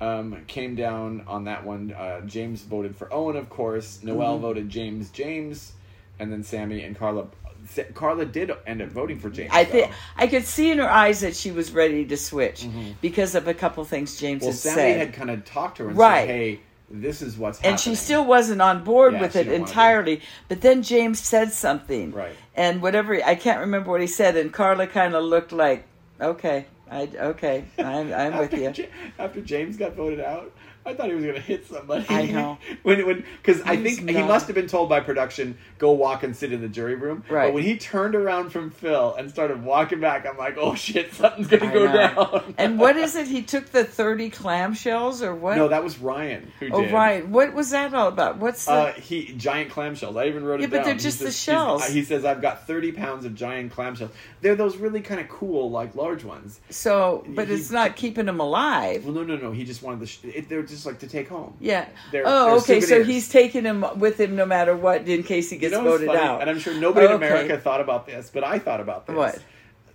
um, came down on that one. Uh, Mm-hmm. James voted for Owen, of course. Noel voted James, James, and then Sammy and Carla Z- Carla did end up voting for James. I think though. I could see in her eyes that she was ready to switch because of a couple things James Mm-hmm. Well, had Sally said, had kind of talked to her and Right. said, "Hey, this is what's happening." and she still wasn't on board Yeah, with she it didn't wanna be. entirely. But then James said something, Right. And whatever I can't remember what he said, and Carla kind of looked like, okay, I okay, I'm, I'm with after you. Ja- after James got voted out, I thought he was going to hit somebody. I know. when when because I He's think he not. must have been told by production go walk and sit in the jury room. Right. But when he turned around from Phil and started walking back, I'm like, oh shit, something's going to I go know. down. and what is it? He took the thirty clamshells or what? no, that was Ryan who oh did. right, what was that all about? What's the Uh, he giant clamshells. I even wrote Yeah, it but down. they're He just the says- he's- uh, shells. He says I've got thirty pounds of giant clamshells. They're those really kind of cool, like large ones. so? But he- it's not keeping him alive. Well, no, no, no. He just wanted the. Sh- it, they're just like to take home. Yeah. They're- oh, they're okay. So souvenirs. he's taking him with him no matter what, in case he You gets know what's voted funny? out. And I'm sure nobody in Okay. America thought about this, but I thought about this. What?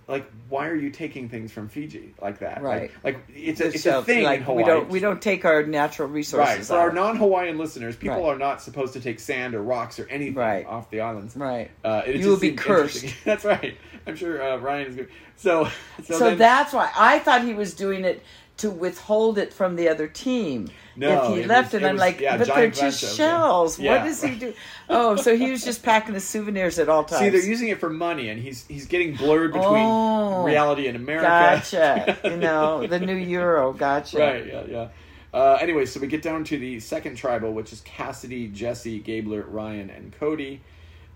Like, why are you taking things from Fiji like that? Right. Like, like it's a, it's So, a thing like, in Hawaii. We don't we don't take our natural resources. Right. For our out. non-Hawaiian listeners, people Right. are not supposed to take sand or rocks or anything Right. off the islands. Right. Uh, it You just will be seemed interesting. That's right. I'm sure uh, Ryan is good. So, so, so then- that's why I thought he was doing it to withhold it from the other team. No, if he it left was- it, it I'm was- like, yeah, but they're giant just glass shells. shells, yeah. What Yeah, does he right. do? Oh, so he was just packing his souvenirs at all times. See, they're using it for money, and he's he's getting blurred between Oh. reality and America. gotcha. you know, the new euro. Gotcha. Right, yeah, yeah. Uh, anyway, so we get down to the second tribal, which is Cassidy, Jesse, Gabler, Ryan, and Cody.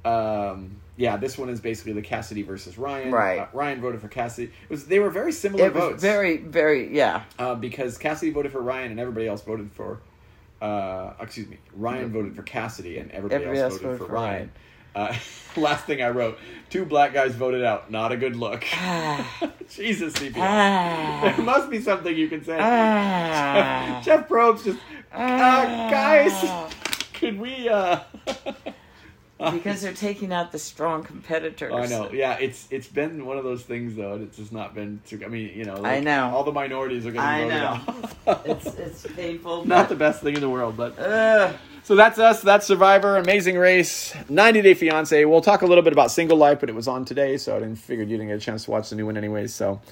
Um, yeah, this one is basically the Cassidy versus Ryan. Right. Uh, Ryan voted for Cassidy. It was they were very similar It votes. was very, very, yeah. uh, because Cassidy voted for Ryan and everybody else voted for. Uh, excuse me, Ryan voted for Cassidy and everybody, else, voted, for, Ryan. Uh, last thing I wrote: two black guys voted out. Not a good look. Jesus, CPS. Ah. There must be something you can say. Ah. Jeff Probst just, Ah. uh, guys, could we? Uh... because they're taking out the strong competitors. I know. Yeah, it's it's been one of those things though, and it's just not been. Too, I mean, you know, like, I know. all the minorities are I going to know. voted out. It's it's painful. not the but- best thing in the world, but Ugh. So that's us. That's Survivor, Amazing Race, 90 Day Fiance. We'll talk a little bit about Single Life, but it was on today, so I didn't figure you didn't get a chance to watch the new one anyways. So,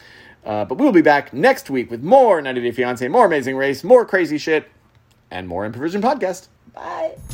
uh, but we'll be back next week with more 90 Day Fiance, more Amazing Race, more crazy shit, and more Improvision Podcast. Bye.